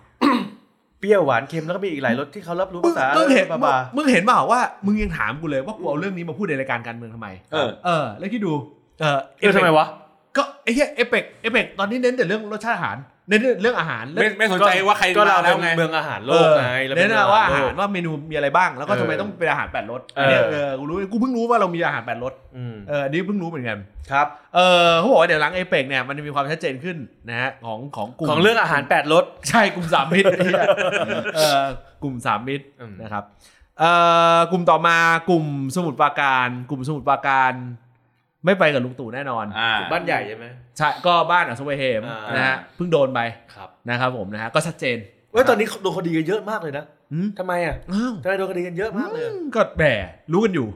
Speaker 1: เปรี้ยวหวานเค็มแล้วก็มีอีกหลายรสที่เขารับรู้
Speaker 2: มึง
Speaker 1: ภาษา
Speaker 2: มึงเห็น
Speaker 1: บาบา
Speaker 2: มึงเห็นเปล่าว่ามึงยังถามกูเลยว่ากูเอาเรื่องนี้มาพูดในรายการการเมืองทำไม
Speaker 3: เออ
Speaker 2: เออ แล้วคิดดู เออ
Speaker 1: เออทำไมวะ
Speaker 2: ก็ไอ้เหี้ยเอเปกเอเปกตอนนี้เน้นแต่เรื่องรสชาติอาหารเน้นเรื่องอาหารเรื่อง
Speaker 3: ไม่ไม่สนใจว่าใคร
Speaker 1: ก็
Speaker 3: มา
Speaker 1: เรา
Speaker 3: แล้
Speaker 1: เป็
Speaker 3: วนไง
Speaker 1: เมืองอาหารโลกไงรป็
Speaker 2: เน้นอะ
Speaker 1: มืง
Speaker 2: ว่าอาหาร
Speaker 1: โลก
Speaker 2: ว่าเมนูมีอะไรบ้างแล้วก็
Speaker 1: เออ
Speaker 2: ทำไมต้องเป็นอาหารแปดรส
Speaker 1: เอออั
Speaker 2: นเนี้ยเออกูรู้กูเพิ่งรู้ว่าเรามีอาหารแปดรส
Speaker 1: อืม
Speaker 2: เอออันนี้เพิ่งรู้เหมือนกัน
Speaker 1: ครับ
Speaker 2: เออเขาบอกว่าเดี๋ยวหลังเอเปกเนี่ยมันจะมีความชัดเจนขึ้นนะฮะของของกลุ่ม
Speaker 1: ของเรื่องอาหารแปดรส
Speaker 2: ใช่กลุ่มสามมิตรเออกลุ่มสามมิตร
Speaker 1: อืม
Speaker 2: นะครับเอ่อกลุ่มต่อมากลุ่มสมุทรปราการ กลุ่มสมุทรปราการ ไม่ไปกับลุงตู่แน่นอน
Speaker 3: อ่า
Speaker 1: บ้านใหญ่ใช่ไหม
Speaker 2: ใช่ก็บ้านอัศวเฮม
Speaker 1: อ่าน
Speaker 2: นะฮะเพิ่งโดนไป
Speaker 1: ครับ
Speaker 2: นะครับผมนะฮะก็ชัดเจน
Speaker 1: เว้ยตอนนี้โดนคดีกันเยอะมากเลยนะ
Speaker 2: อืม
Speaker 1: ทำไมอ่ะ
Speaker 2: อ้าว
Speaker 1: ทำไมโดนคดีกันเยอะมากเลยอะ
Speaker 2: อืมก็แหม รู้กันอยู่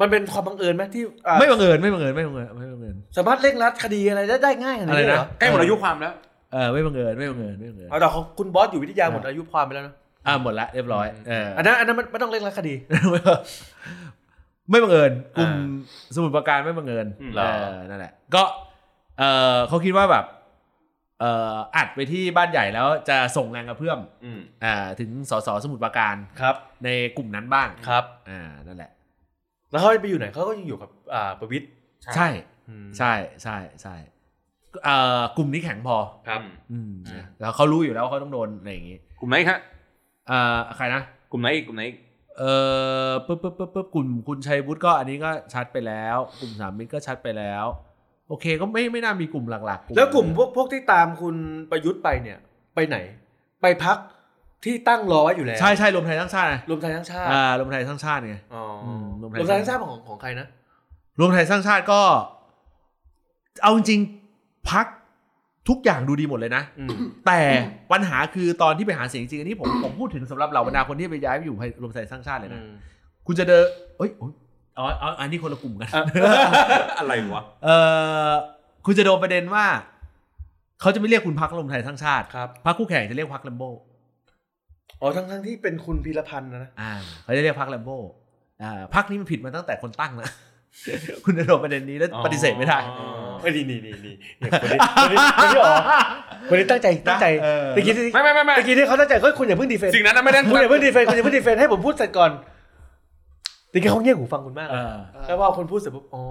Speaker 1: มันเป็นความบังเอิญไหมที่อ่ะ
Speaker 2: ไม่บังเอิญไม่บังเอิญไม่บังเอิญไม่บังเอิญ
Speaker 1: สามารถเร่งรัดคดีอะไรได้ได้ง่ายขนาดนี้เลยเหร
Speaker 2: อะไร
Speaker 1: อ
Speaker 2: นะ
Speaker 3: ใกล้หมดอายุความแล้ว
Speaker 2: เออไม่บังเอิญไม่บังเอิญไม่บังเอิญ
Speaker 1: เอาแต่ของคุณบอสอยู่วิทยาหมดอายุความไปแล้วนะ
Speaker 2: อ่าหมดละเรียบร้อยเออ
Speaker 1: อันนั้นอันนั้นมันไม่ต้องเร่งรัดคดี
Speaker 2: ไม่บังเอิญกลุ่ม
Speaker 1: อ่
Speaker 2: สมุดประการไม่บังเอิญ
Speaker 3: อืม
Speaker 2: เออนั่นแหละก็เออเขาคิดว่าแบบเอออัดไปที่บ้านใหญ่แล้วจะส่งแรงกระเพื่อม
Speaker 3: อืม
Speaker 2: อ่าถึงสสสมุดประการ
Speaker 1: ครับ
Speaker 2: ในกลุ่มนั้นบ้าง
Speaker 1: ครับ
Speaker 2: อ่านั่นแหละ
Speaker 1: แล้วเขาไปอยู่ไหนเขาก็ยังอยู่กับอ่าประวิตร
Speaker 3: ครับ
Speaker 2: ใช่
Speaker 1: อืม
Speaker 2: ใช่ใช่ใช่เอ่อกลุ่มนี้แข็งพอ
Speaker 1: ครับ
Speaker 2: อืมนะแล้วเขารู้อยู่แล้วว่าเขาต้องโดนอะไรอย่างงี้
Speaker 3: กลุ่มไหนครับ
Speaker 2: เอ่อใครนะ
Speaker 3: กลุ่มไหนอีกกลุ่ มไหนอีก
Speaker 2: เออปึ๊บปึ๊บปึ๊บปึ๊บกลุ่มคุณชัยวุฒิก็อันนี้ก็ชัดไปแล้ว กลุ่มสามมิตรก็ชัดไปแล้ว โอเคก็ไม่ไม่น่ามีกลุ่มหลักๆ
Speaker 1: แล้วกลุ่มพวกพวกที่ตามคุณประยุทธ์ไปเนี่ย ไปไหน ไปพักที่ตั้งรอไว้อยู่แล้ว
Speaker 2: ใช่ใช่รวมไทยทั้างชาติไง
Speaker 1: รวมไทยทั้างชาติ
Speaker 2: อ่ารวมไทยทั้างชาติไง
Speaker 1: อ๋ออ
Speaker 2: ม
Speaker 1: ร
Speaker 2: ร
Speaker 1: ว
Speaker 2: วม
Speaker 1: มไ
Speaker 2: ไทย
Speaker 1: ทยทั้างชาติของของใครนะ
Speaker 2: รวมไทยสร้างชาติก็ เอาจริงๆพักทุกอย่างดูดีหมดเลยนะ
Speaker 1: อืม
Speaker 2: แต่ปัญหาคือตอนที่ไปหาเสียงจริงอันนี้ผมผมพูดถึงสำหรับเหล่าบรรดาคนที่ไปย้ายไปอยู่รวมไทยสร้างชาติเลยนะคุณจะเดินเอ้ยโอ๊ยอ๋ออ๋ออันนี้คนละกลุ่มกัน
Speaker 3: อะไรวะ
Speaker 2: เออคุณจะโดนประเด็นว่า เขาจะไม่เรียกคุณพักรวมไทยทั้างชาติ
Speaker 1: ครับ
Speaker 2: พักคู่แข่งจะเรียกพักแลมโบ
Speaker 1: อ๋อทั้งทั้งที่เป็นคุณพีรพันธ์นะนะ
Speaker 2: อ่า เขาจะเรียกพักแลมโบอ่าพักนี้มันผิดมาตั้งแต่คนตั้งนะ คุณจะโดนประเด็นนี้แล้วปฏิเสธไม่ได้
Speaker 3: อ๋อ
Speaker 1: เอ้ยนี่นี่นี่นี่เนี่ยคนนี้คนนี้คนนี้อ๋อคนนี้ตั้งใจตั้งใจ
Speaker 2: เออ
Speaker 1: ตะกี้ที่
Speaker 3: ไม่ไม่ไม่ไม่
Speaker 1: ตะกี้ที่เขาตั้งใจเฮ้ยคุณอย่าเพิ่งดีเฟนต์
Speaker 3: สิ่งนั้นนะไม่ได้
Speaker 1: คุณอย่าเพิ่งดีเฟนต์คุณอย่าเพิ่งดีเฟนต์ให้ผมพูดเสร็จก่อน จริงๆเขาเงี่ยหูฟังคุณมาก
Speaker 2: เออ
Speaker 1: แล้วพอคนพูดเสร็จปุ๊บอ๋อ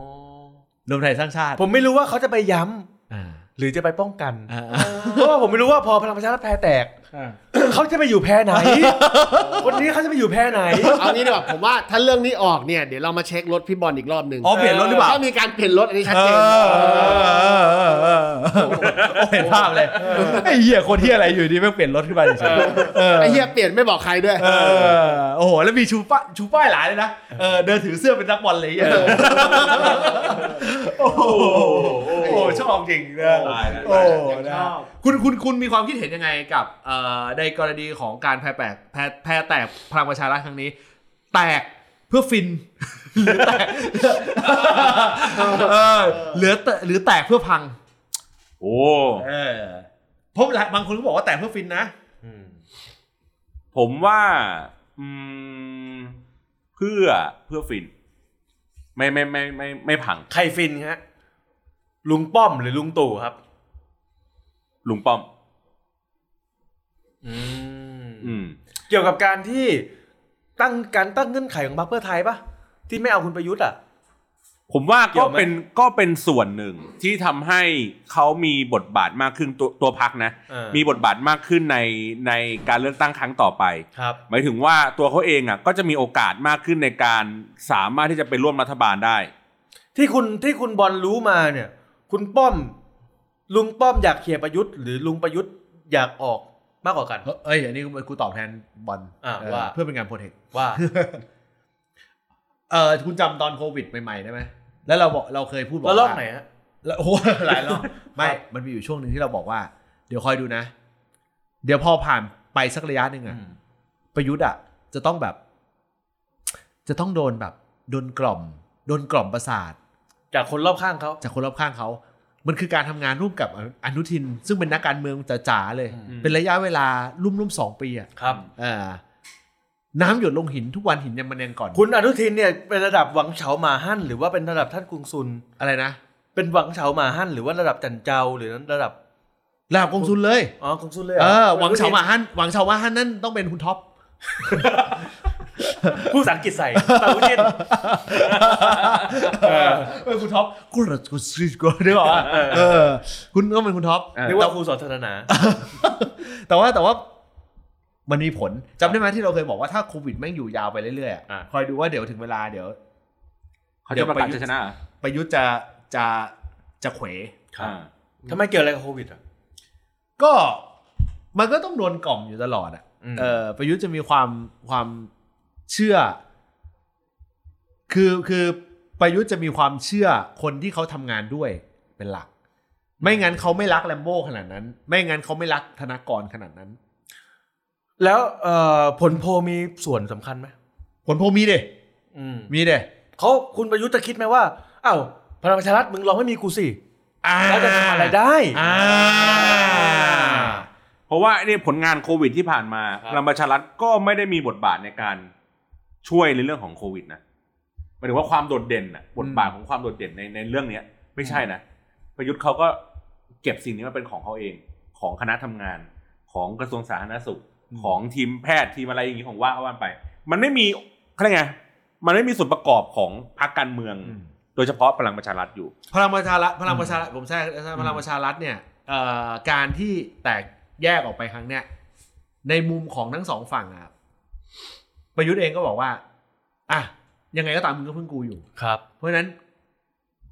Speaker 2: รวมไทยสร้างชาติ
Speaker 1: ผมไม่รู้ว่าเขาจะไปย้ำ
Speaker 2: อ่า
Speaker 1: หรือจะไปป้องกัน
Speaker 2: อ่า
Speaker 1: เพราะว่าผมไม่รู้ว่าพอพลังประชารัฐแพ้แตก
Speaker 2: อ่า
Speaker 1: เขาจะไปอยู่แพ้ไหน คนนี้เขาจะไปอยู่แพ้ไหน
Speaker 4: เอางี้ดีกว่าผมว่าถ้าเรื่องนี้ออกเนี่ยเดี๋ยวเรามาเช็ครถพี่บอลอีกรอบหนึ่ง
Speaker 2: อ๋อเปลี่ยนรถหรือเปล่า
Speaker 4: ถ้ามีการเปลี่ยนรถอันนี้ชัด
Speaker 2: เอ
Speaker 4: เจน
Speaker 2: อเออเออเออโอ้เห็นภาพเลยไอ้เหี้ยคนเหี้ยอะไรอยู่ดีไม่งเปลี่ยนรถขึ้นมาเฉยๆเออ
Speaker 4: ไอ้เหี้ยเปลี่ยนไม่บอกใครด้วย
Speaker 2: เออโอ้โหแล้วมีชูป้ายชูป้ายหลายเลยนะเออเดินถือเสื้อเป็นนักบอลเลยไอ้เหี้ยโอ้โหโอ้โหชอบจริงนะ
Speaker 3: ตายแล้ว
Speaker 2: โอ้โหนะ คุณคุณคุณมีความคิดเห็นยังไงกับเอ่อในกรณีของการแพ้แตกแพ้แพ้แตกพลังประชารัฐครั้งนี้ แตกเพื่อฟิน หรือแตกเออหรือแตหรือแตกเพื่อพัง
Speaker 3: โอ้
Speaker 2: เออพบหลายบางคนก็บอกว่าแตกเพื่อฟินนะ
Speaker 3: ผมว่าอืมเพื่อเพื่อฟิน ไม่ไม่ไม่ไม่ไม่พัง
Speaker 1: ใครฟินฮะ ลุงป้อมหรือลุงตู่ครับ
Speaker 3: ลุงป้อม
Speaker 1: อืม
Speaker 3: อืม
Speaker 1: เกี่ยวกับการที่ตั้งการตั้งเงื่อนไขของพรรคเพื่อไทยปะที่ไม่เอาคุณประยุทธ์อ่ะ
Speaker 3: ผมว่า
Speaker 1: เกี่
Speaker 3: ก็
Speaker 1: ยวไหม
Speaker 3: เป็นก็เป็นส่วนหนึ่งที่ทำให้เขามีบทบาทมากขึ้นตัวตัวพักนะ
Speaker 1: เออ
Speaker 3: มีบทบาทมากขึ้นในในการเลือกตั้งครั้งต่อไป
Speaker 1: ครับ
Speaker 3: หมายถึงว่าตัวเขาเองอ่ะก็จะมีโอกาสมากขึ้นในการสามารถที่จะไปร่วมรัฐบาลได้
Speaker 1: ที่คุณที่คุณบอลรู้มาเนี่ย คุณป้อม ลุงป้อมอยากเขี่ยประยุทธ์หรือลุงประยุทธ์อยากออกมากกว่ากัน
Speaker 2: เอ้ยอันนี้กูตอบแทนบอล
Speaker 1: อ่ะ
Speaker 2: เออ
Speaker 1: ว่า
Speaker 2: เพื่อเป็นการโปรเทค
Speaker 1: ว่า
Speaker 2: เออคุณจำตอนโควิดใหม่ๆได้ไหมแล้วเราบอกเราเคยพูดบอก
Speaker 1: แล้ว
Speaker 2: ว่า
Speaker 1: รอบไหนฮะ
Speaker 2: แล้วโอ้โหหลายรอบไม่
Speaker 1: ครับ
Speaker 2: มันมีอยู่ช่วงหนึ่งที่เราบอกว่า เดี๋ยวคอยดูนะ เดี๋ยวพอผ่านไปสักระยะหนึ่งอะ
Speaker 1: อืม
Speaker 2: ประยุทธ์อะจะต้องแบบ จะต้องโดนแบบ โดนกล่อม โดนกล่อมประสาท
Speaker 1: จากคนรอบข้างเขา
Speaker 2: จากคนรอบข้างเขา มันคือการทำงานร่วมกับออนุทิน ซึ่งเป็นนักการเมืองจ๋าๆเลย
Speaker 1: อืม
Speaker 2: เป็นระยะเวลารุ่มๆสองปีอะ
Speaker 1: ครับ
Speaker 2: เอ่อน้ำหยดลงหินทุกวันหินยังมันแนงก่อน
Speaker 1: คุณอนุทินเนี่ยเป็นระดับหวังเฉาหมาหั่นหรือว่าเป็นระดับท่านกรุงซุน
Speaker 2: อะไรนะ
Speaker 1: เป็นหวังเฉาหมาหั่นหรือว่าระดับจันเจ้าหรือระดับ
Speaker 2: ลาบกงซุนเลย
Speaker 1: อ๋อกรุงซุนเลยร
Speaker 2: เออ หวังเฉามาฮั่นหวังเฉามาฮั่นนั่นต้องเป็นคุณท็อป
Speaker 1: ผู้สังกฤษใส่ปาวุจิน
Speaker 2: เออเออคุณท็อปกูเหรอกูซื้อกูได้บอกว่า
Speaker 1: เออ
Speaker 2: เออ คุณก็เป็นคุณท็อป
Speaker 3: เออ
Speaker 1: นึกว่าครูสอนศาสนา
Speaker 2: แต่ว่า แต่ว่ามันมีผลจำได้ไหมที่เราเคยบอกว่าถ้าโควิดแม่งอยู่ยาวไปเรื่อยๆอะ
Speaker 1: อ่ะ
Speaker 2: คอยดูว่าเดี๋ยวถึงเวลาเดี๋ยว
Speaker 3: เขาจะประกาศชัยชนะเหรอ
Speaker 2: ประยุทธ์จะจะจะเขว
Speaker 1: ครับ
Speaker 3: อ่า
Speaker 1: ทำไมเกี่ยวอะไรกับโควิดอ่ะ
Speaker 2: ก็มันก็ต้องโดนกล่อมอยู่ตลอดอ่ะ
Speaker 1: อืม
Speaker 2: เออประยุทธ์จะมีความความเชื่อ คือคือประยุทธ์จะมีความเชื่อคนที่เขาทำงานด้วยเป็นหลัก ไม่งั้นเขาไม่รักแลมโบ้ขนาดนั้น ไม่งั้นเขาไม่รักธนากรขนาดนั้น
Speaker 1: แล้วเอ่อผลโพลมีส่วนสำคัญไหม
Speaker 2: ผลโพลมีเด้
Speaker 1: อืม
Speaker 2: มีเด้
Speaker 1: เขาคุณประยุทธ์จะคิดไหมว่าอ้าวพลังประชารัฐมึงลองไม่มีกูสิ
Speaker 2: อ่า
Speaker 1: แล้วจะทำอะไรได้
Speaker 2: อ่า
Speaker 3: เพราะว่าเนี่ยผลงานโควิดที่ผ่านมา
Speaker 1: ครับ
Speaker 3: พลังประชารัฐก็ไม่ได้มีบทบาทในการช่วยในเรื่องของโควิดนะหมายถึงว่าความโดดเด่นอ่ะบทบาทของความโดดเด่นในในเรื่องเนี้ย ไม่ใช่นะประยุทธ์เขาก็เก็บสิ่งนี้มาเป็นของเขาเอง ของคณะทำงานของกระทรวงสาธารณสุข
Speaker 2: อืม
Speaker 3: ของทีมแพทย์ทีมอะไรอย่างนี้ของว่าเขาวันไป มันไม่มีเขาเรียกไงมันไม่มีส่วนประกอบของพรรคการเมือง
Speaker 2: อืม
Speaker 3: โดยเฉพาะพลังประชารัฐอยู่
Speaker 2: พลังประชารัฐพลังประชารัฐผมแทรกนะครับพลังประชารัฐเนี่ยเอ่อการที่แตกแยกออกไปครั้งเนี้ยในมุมของทั้งสองฝั่งอะครับประยุทธ์เองก็บอกว่าอ่ะยังไงก็ตามมึงก็เพิ่งกูอยู่
Speaker 1: ครับ
Speaker 2: เพราะฉะนั้น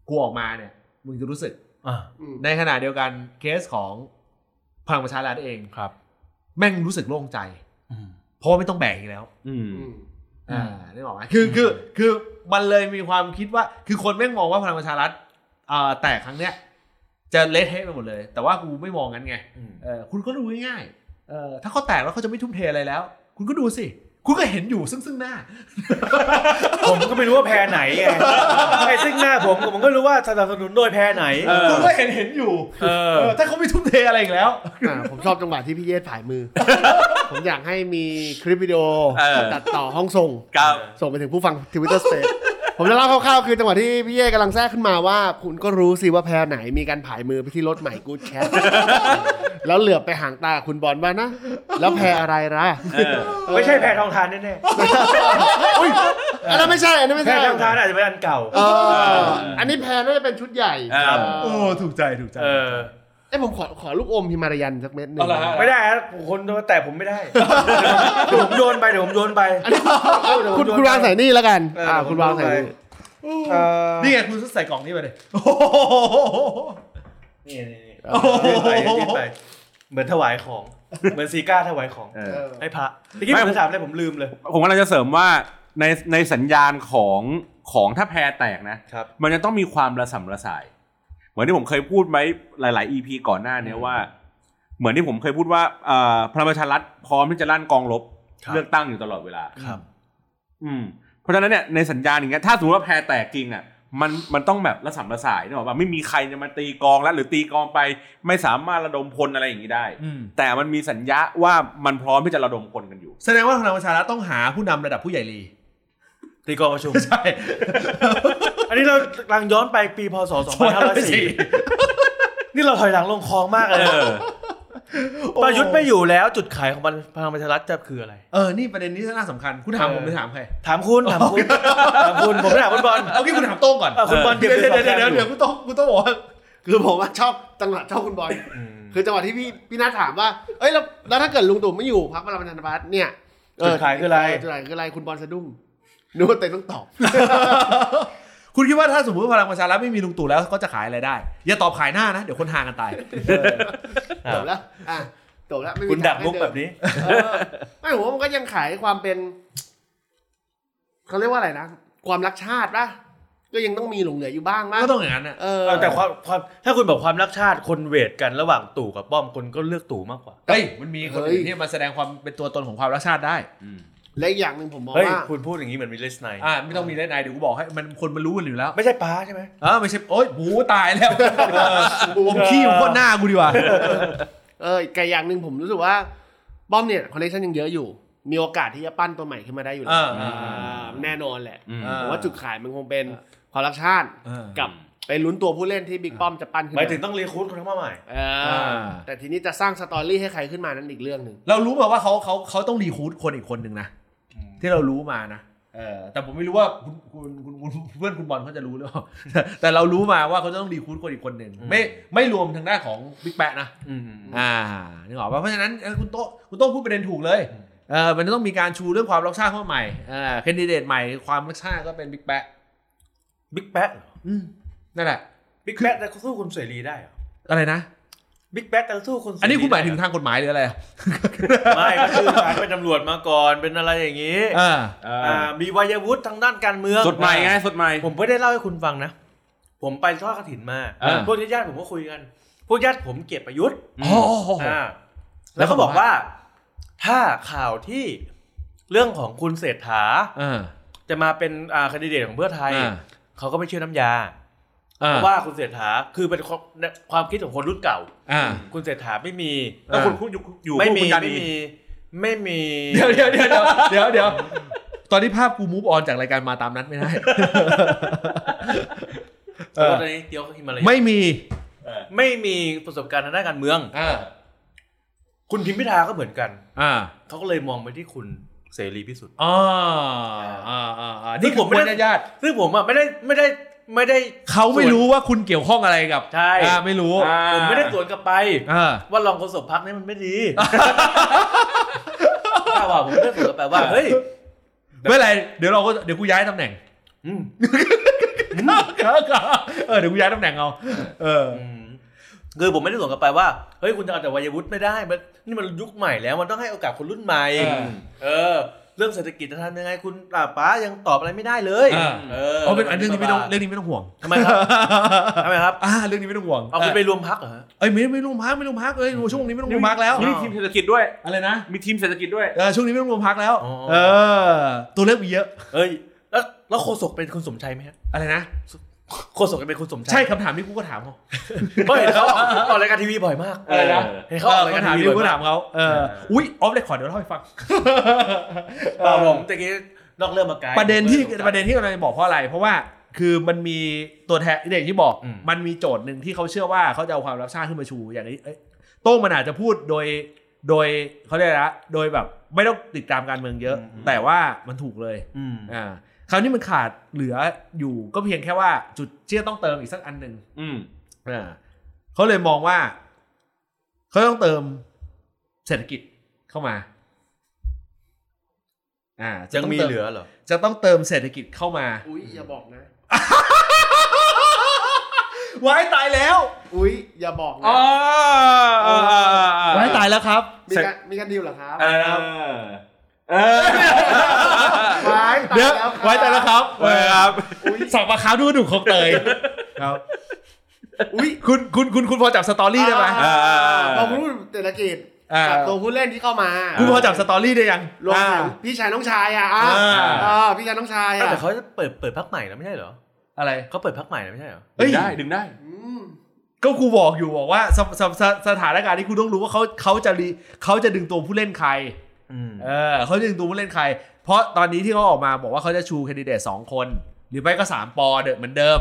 Speaker 2: กูออกมาเนี่ย มึงจะรู้สึก
Speaker 1: อ่า
Speaker 4: อืม
Speaker 2: ในขณะเดียวกันเคสของพลังประชารัฐเอง
Speaker 1: ครับ
Speaker 2: แม่งรู้สึกโล่งใจ
Speaker 1: อืม
Speaker 2: เพราะว่าไม่ต้องแบ่งอีกแล้ว
Speaker 3: อืม
Speaker 4: อืม
Speaker 1: อืม
Speaker 2: อ่าได้บอกไหมคือคือ
Speaker 1: อืม
Speaker 2: คือมันเลยมีความคิดว่า คือคนแม่งมองว่าพลังประชารัฐอ่าแต่ครั้งเนี้ย จะเละเทะไปหมดเลย แต่ว่ากูไม่มองงั้นไง
Speaker 1: อืม
Speaker 2: เออคุณก็ดูง่ายๆเออถ้าเขาแตกแล้วเขาจะไม่ทุ่มเทอะไรแล้ว คุณก็ดูสิ คุณก็เห็นอยู่ซึ่งซึ่งหน้า
Speaker 1: ผมก็ไม่รู้ว่าแพ้ไหนไง ไอ้ซึ่งหน้าผมผมก็รู้ว่าสนับสนุนโดยแพ้ไหน
Speaker 3: เออ
Speaker 2: คุณก็เห็นเห็นอยู่
Speaker 1: เออ
Speaker 2: เออถ้าเขาไม่ทุ่มเทอะไรอีกแล้ว
Speaker 4: อ่าผมชอบจังหวะที่พี่เยศผาย มือ ผมอยากให้มีคลิปวิดีโอ
Speaker 3: เออ
Speaker 4: ตัดต่อห้องส่ง
Speaker 3: ก็
Speaker 4: ส่งไปถึงผู้ฟังทวิตเตอร์สเตทผมจะเล่าคร่าวๆคือจังหวะที่พี่เย่กำลังแทรกขึ้นมาว่า คุณก็รู้สิว่าแพรไหนมีการผายมือไปที่รถใหม่กูด แคท แล้วเหลือบไปห่างตาคุณบอลว่านะ แล้วแพรอะไรล่ะ
Speaker 3: เออ
Speaker 1: ไม่ใช่แพ้ทองทานแน่ๆ
Speaker 4: อันนั้นไม่ใช่อันนั้นไม่
Speaker 1: แพ
Speaker 4: ใช่
Speaker 1: ทย์ข้างทางอาจจะเป็นอันเก่า
Speaker 4: เอออันนี้แพนน่าจะเป็นชุดใหญ่
Speaker 3: ครับ
Speaker 2: โอ้ถูกใจถูกใจ
Speaker 1: เออ
Speaker 4: เอ้ยผมขอขอลูกอมฮิมาลายันสักเม็ดหนึง
Speaker 5: เอาละฮะ
Speaker 1: ไม่ได้ครับคนแต่ผม ไม่ได้ เดี๋ยวผมโยนไปเดี๋ยวผมโยนไป
Speaker 4: อันนี้เอ้าคุณ
Speaker 1: เดี๋ยวผม
Speaker 4: คุณวางใส่นี่แล้วกัน
Speaker 1: เอออ่
Speaker 4: อ่า
Speaker 1: เดี๋ยวผม
Speaker 4: คุณวางใส่
Speaker 1: ลงไป
Speaker 4: นี่
Speaker 1: เออ
Speaker 2: นี่ไงคุณใส่กล่องนี้ไปเลยโอ้โห
Speaker 1: นี่นี่นี่ยื่นไปยื่นไปเหมือนถวายของ เหมือนซีก้าถวายของ
Speaker 3: เออ
Speaker 1: ให้พระเมื่อกี้
Speaker 3: ไม่
Speaker 1: ผมจะถามเลยผมลืมเลย
Speaker 3: ผมกำลังจะเสริมว่าในในสัญญาณของของถ้าแพรแตกนะ
Speaker 1: ครับ
Speaker 3: มันจะต้องมีความระสำระสาย เหมือนที่ผมเคยพูดไว้หลาย ๆ EP ก่อนหน้าเนี้ยว่า เหมือนที่ผมเคยพูดว่าเอ่อพลังประชารัฐพร้อมที่จะลั่นกองรบ
Speaker 1: ครับ
Speaker 3: เลือกตั้งอยู่ตลอดเวลา
Speaker 1: ครับ
Speaker 3: อืมเพราะฉะนั้นเนี่ยในสัญญาณอย่างเงี้ยถ้าสมมติว่าแพรแตกจริงอ่ะมันมันต้องแบบระสำระสายเนกอะว่าไม่มีใครจะมาตีกองแล้ว หรือตีกองไปไม่สามารถระดมพลอะไรอย่างนี้ได้
Speaker 2: อืม
Speaker 3: แต่มันมีสัญญาว่ามันพร้อมที่จะระดมพลกันอยู่
Speaker 2: แสดงว่าพลังประชารัฐต้องหาผู้นำระดับผู้ใหญ่ลี
Speaker 1: ตีกองประชุม
Speaker 2: ใช่
Speaker 1: อันนี้เรากำลังย้อนไปปีพศ2504นี่ เราถอยหลังลงคลองมากเลยนะ ประยุทธ์ไม่อยู่แล้วจุดขายของพลังประชารัฐจะคืออะไร
Speaker 2: เออนี่ประเด็นนี้น่าสำคัญ คุณถามผมหรือถามใคร
Speaker 1: ถามคุณ ถาม คุณ ถามคุณ ผมไม่ถามคุณบอล
Speaker 2: เอางี้คุณถามโต้งก่อน
Speaker 1: เอ่อคุณบอลเก็บ
Speaker 2: เดี๋ยว
Speaker 1: เป็น
Speaker 2: เดี๋ยว
Speaker 1: สองแต้
Speaker 2: เดี๋ยว
Speaker 1: ม
Speaker 2: เดี๋ยว
Speaker 1: อ
Speaker 2: เดี๋ย
Speaker 1: ยู่
Speaker 2: วคุณโต้งคุณโต้งบอกว่า
Speaker 4: คือผมว่าชอบจังหวะชอบคุณบอย
Speaker 1: อืม
Speaker 4: คือจังหวะที่พี่พี่นัทถามว่า เอ้ยแล้วแล้วถ้าเกิดลุงตู่ไม่อยู่พรรคพลังประชารัฐเนี่ยเ
Speaker 1: จุดขายคืออะไร
Speaker 4: จุดขายคืออะไรคุณบอลสะดุ้ง นึกว่าเต้ต้องตอบ
Speaker 2: คุณคิดว่าถ้าสมมติว่าพลังประชารัฐไม่มีลุงตู่แล้วก็จะขายอะไรได้ อย่าตอบขายหน้านะ เดี๋ยวคนห่างกันตาย
Speaker 4: จบแล้ว อ่ะจบแล้วไม่มี
Speaker 1: คุณดักมุก
Speaker 4: ทางให้
Speaker 1: แบบนี้
Speaker 4: เออไม่ผมว่ามันก็ยังขายความเป็นเขาเรียกว่าอะไรนะ ความรักชาติปะก็ยังต้องมีหลงเหลืออยู่บ้างมั้ย
Speaker 2: ก็ต้องอย่างนั้นนะ
Speaker 4: เออ
Speaker 1: เอาแต่ความความถ้าคุณบอกความรักชาติคนเวทกันระหว่างตู่กับป้อมคนก็เลือกตู่มากกว่า
Speaker 2: เฮ้ยมันมีคนอื่นที่มาแสดงความเป็นตัวตนของความรักชาติได้
Speaker 4: และอีกอย่างหนึ่งผมมอง
Speaker 1: เฮ้ย
Speaker 4: ว่า
Speaker 1: คุณพูดอย่างนี้เหมือนมิเลสไน
Speaker 2: อ่าไม่ต้องมีเล่นนายเดี๋ยวกูบอกให้มันคนมันรู้กันอยู่แล้ว
Speaker 1: ไม่ใช่ป้าใช่ไหม
Speaker 2: อ่าไม่ใช่โอ๊ยหูตายแล้วเออผมขี้ผมพ่นหน้ากูดีกว่า
Speaker 4: เออไก่อย่างหนึ่งผมรู้สึกว่าบ้อมเนี่ยคอลเลกชันยังเยอะอยู่ มีโอกาสที่จะปั้นตัวใหม่ขึ้นมาได้อยู่แล้ว
Speaker 2: อ่า
Speaker 4: อ่าแน่นอนแหละ
Speaker 3: อืม
Speaker 4: ผมว่าจุดขายมันคงเป็นความรักชาติ
Speaker 2: เออ
Speaker 4: กับไปลุ้นตัวผู้เล่นที่บิ๊กป้อมจะปั้นขึ้น
Speaker 1: หมายถึงต้องรีคูดคนทั้งมาใหม่
Speaker 4: เอออา แต่ทีนี้จะสร้างสตอรี่ให้ใครขึ้นมานั้นอีกเรื่องหนึ่ง
Speaker 2: เรารู้มาว่าเขาเขาเขาต้องรีคูดคนอีกคนหนึ่งนะที่เรารู้มานะเออแต่ผมไม่รู้ว่าคุณคุณคุณคุณเพื่อนคุณบอลเขาจะรู้หรือเปล่า แต่แต่เรารู้มาว่าเขาจะต้องรีคูดคนอีกคนหนึ่ง
Speaker 1: อืม
Speaker 2: ไม่ไม่รวมทางด้านของบิ๊กแปะนะ
Speaker 1: อืม
Speaker 2: อ่านึกออกป่ะเพราะฉะนั้นเออคุณโต้คุณโต้พูดประเด็นถูกเลย
Speaker 1: อืม
Speaker 2: เออมันต้องมีการชูเรื่องความรักชาติเข้ามาใหม่เออแคนดิเดตใหม่ความรักชาติก็เป็นบิ๊กแปะ
Speaker 1: บิ๊กแป๊ะเหรอ
Speaker 2: อืมนั่นแหละ
Speaker 1: บิ๊กแป๊ะจะสู้คุณเสรีได้เหรอ
Speaker 2: อะไรนะ
Speaker 1: บิ๊กแป๊ะจะสู้คุณเสรี
Speaker 2: อันนี้คุณหมายถึง
Speaker 1: ได้เ
Speaker 2: ทางกฎหมายหรืออะไรอ่ะ
Speaker 1: รอไม่ก็คือการเป็นตำรวจมาก่อนเป็นอะไรอย่างนี้
Speaker 2: เออ
Speaker 1: อ่ามีวัยวุฒิทางด้านการเมือง
Speaker 3: สดใหม่ไงสดใหม่
Speaker 1: ผมไม่ได้เล่าให้คุณฟังนะ ผมไปทอดกระถินมา
Speaker 3: อ่า
Speaker 1: พวกญาติๆผมก็คุยกัน พวกญาติผมเกลียดประยุทธ์
Speaker 2: อ๋ออ๋ออ๋อ
Speaker 1: อ่าแล้วเขาบอกว่า ถ้าข่าวที่เรื่องของคุณเศรษฐา
Speaker 2: เออ
Speaker 1: จะมาเป็นอ่าคนดิเดตของเพื่อไทย
Speaker 2: อ่า
Speaker 1: เขาก็ไม่เชื่อน้ำยา
Speaker 2: อ่า
Speaker 1: เพราะว่าคุณเศรษฐาคือเป็นความความคิดของคนรุ่นเก่า
Speaker 2: อ่า
Speaker 1: คุณเศรษฐาไม่มี
Speaker 3: แล้วคุณ
Speaker 2: อ่า
Speaker 3: คุณอยู่อยู่
Speaker 1: ไม่
Speaker 3: คู่
Speaker 1: มี
Speaker 3: คุณกัน
Speaker 1: ไม่มี
Speaker 3: อีก
Speaker 1: ไม่มี
Speaker 2: เดี๋ยวเดี๋ยวเดี๋ยวเดี๋ยวเดี๋ยวตอนนี้ภาพกูมูฟออนจากรายการมาตามนัดไม่ได้ เอ
Speaker 1: เดี๋ยว
Speaker 2: อ
Speaker 1: ตอนนี้เดี๋ยวเขาคิดมาเลย
Speaker 2: ไม่มี
Speaker 1: ไม่มีประสบการณ์ทางด้านการเมือง
Speaker 2: อ่า
Speaker 1: คุณพิมพิธาก็เหมือนกัน
Speaker 2: อ่า
Speaker 1: เขาก็เลยมองไปที่คุณเสรีพิสุทธิ์
Speaker 2: อ่าอ่าอ่าอ่านี่ผมไม่ได้ญาติ
Speaker 1: ซึ่งผมอ่ะไม่ได้ไม่ได้ไม่ได้
Speaker 2: เขาไม่รู้ว่าคุณเกี่ยวข้องอะไรกับ
Speaker 1: ใช่
Speaker 2: อ่าไม่รู้
Speaker 3: อ่า
Speaker 1: ผมไม่ได้สวนกลับไป
Speaker 2: อ่า
Speaker 1: ว่ารองโฆษกพักนี้มันไม่ดี ถ้าว่าผมไม่ได้สวนกลับไปว่า เฮ้ย
Speaker 2: ไม่เป็นไรเดี๋ยวเราก็เดี๋ยวกูย้ายตำแหน่ง
Speaker 1: อืม
Speaker 2: เออเดี๋ยวกูย้ายตำแหน่งเอาเออ
Speaker 1: อืมคือผมไม่ได้สวนกลับไปว่าเฮ้ยคุณจะเอาแต่วัยวุฒิไม่ได้มันนี่มันยุคใหม่แล้วมันต้องให้โอกาสคนรุ่นใหม่
Speaker 2: เออ
Speaker 1: เออ เรื่องเศรษฐกิจจะทำยังไงคุณป้าป้ายังตอบอะไรไม่ได้เลย
Speaker 2: เออ
Speaker 1: เออ
Speaker 2: เอาเป็นอันเรื่องนี้ไม่ต้องเรื่องนี้ไม่ต้องห่วง
Speaker 1: ทำไมครับทำไมครับ
Speaker 2: อ่าเรื่องนี้ไม่ต้องห่วง
Speaker 1: เอาคุณไปรวมพักเหรอฮะ
Speaker 2: เอ้ยไม่ไม่ต้องพักไม่ต้องพักเอ้ยช่วงนี้ไม่ต้องพักแล้ว
Speaker 3: นี่มีทีมเศรษฐกิจด้วย
Speaker 2: อะไรนะ
Speaker 3: มีทีมเศรษฐกิจด้วย
Speaker 2: เออช่วงนี้ไม่ต้องรวมพักแล้ว
Speaker 1: อ๋อ
Speaker 2: เออ ตัวเลือกมีเยอะ
Speaker 1: เอ้ยแล้วแล้วโฆษกเป็นคุณสมชัยไหมฮะ
Speaker 2: อะไรนะ
Speaker 1: โฆษกจะเป็นคุณสมชัย
Speaker 2: ใช่คำถามที่กูก็ถามเขา
Speaker 1: เพราะเห็นเขาออกออกรายการทีวีบ่อยมาก
Speaker 3: อะไรนะ
Speaker 1: เห็นเขาออกรายการ
Speaker 2: คำถาม
Speaker 1: ที
Speaker 2: ที่
Speaker 1: วี
Speaker 2: กู
Speaker 1: บ่อย
Speaker 2: ก็
Speaker 1: มาก
Speaker 2: ถามเขาเอออุ้ยออฟเรคคอร์ดเดี๋ยวเล่าให้ฟัง
Speaker 1: เปล่าผมตะกี้นอกเรื่องมาไกล
Speaker 2: ประเด็นที่ประเด็นที่กำลังจะบอกเพราะอะไร เพราะว่าคือมันมีตัวแทนเด็กที่บอก
Speaker 1: อืม
Speaker 2: มันมีโจทย์หนึ่งที่เขาเชื่อว่าเขาจะเอาความรับชาติขึ้นมาชูอย่างนี้เอ้ยโต้งมันอาจจะพูดโดยโดยเขาเรียกอะไรนะโดยแบบไม่ต้องติดตามการเมืองเยอะ แต่ว่ามันถูกเลย
Speaker 1: อืม
Speaker 2: อ่า คราวนี้มันขาดเหลืออยู่ก็เพียงแค่ว่าจุดเชี่ยต้องเติมอีกสักอันหนึ่ง
Speaker 3: อืม
Speaker 2: อ่าเขาเลยมองว่าเขาต้องเติมเศรษฐกิจเข้ามา อ่าจะ
Speaker 1: ยัง
Speaker 2: ต้อ
Speaker 1: มี
Speaker 2: ติ
Speaker 1: เหลือเหรอ
Speaker 2: จะต้องเติมเศรษฐกิจเข้ามา
Speaker 4: อุ้ยอย่าบอกนะ
Speaker 2: ว้ายตายแล้ว
Speaker 4: อุ้ยอย่าบอกนะ
Speaker 3: อ๋อ
Speaker 4: เออเออเออเออ
Speaker 2: ว้ายตายแล้วครับ
Speaker 4: มีการมีการดีลเหรอครับ
Speaker 3: เออเออ
Speaker 4: ไว้ตาย
Speaker 2: เดี๋ยว
Speaker 4: แล้ว
Speaker 2: ไว้แต่ละครับ
Speaker 3: เออครับ
Speaker 4: อุ้ย
Speaker 2: สักปลาขาวดูดุของเตยครับ
Speaker 4: อุ้ย
Speaker 2: คุณคุณคุณคุณพอจับสตอรี่ได้ไหม
Speaker 4: อ่า
Speaker 3: อ่า
Speaker 4: พอคุณพูดเศรษฐกิจ
Speaker 2: อ่า
Speaker 4: กับตัวผู้เล่นที่เข้ามา
Speaker 2: คุณพอจับสตอรี่ได้ยัง
Speaker 4: รวม
Speaker 2: อ่า
Speaker 4: ถึงพี่ชายน้องชายอ่ะอ่ะ
Speaker 2: อ่า
Speaker 4: เออพี่ชายน้องชายอ่ะ
Speaker 1: แต่เขาจะเปิดเปิดพักใหม่แล้วไม่ใช่เหรอ
Speaker 2: อะไร
Speaker 1: เขาเปิดพักใหม่แล้วไม่ใช่เหรอ
Speaker 2: เฮ้ย
Speaker 3: ได้ ดึงได้
Speaker 4: อืม
Speaker 2: ก็ครูบอกอยู่บอกว่าสสสสถานการณ์ที่คุณต้องรู้ว่าเขาเขาจะรีเขาจะดึงตัวผู้เล่นใคร
Speaker 1: อืม
Speaker 2: เออเขาจะดึงตัวผู้เล่นใคร เพราะตอนนี้ที่เขาออกมาบอกว่าเขาจะชูแคนดิเดตสองคน หรือไม่ก็สามปอเดเหมือนเดิม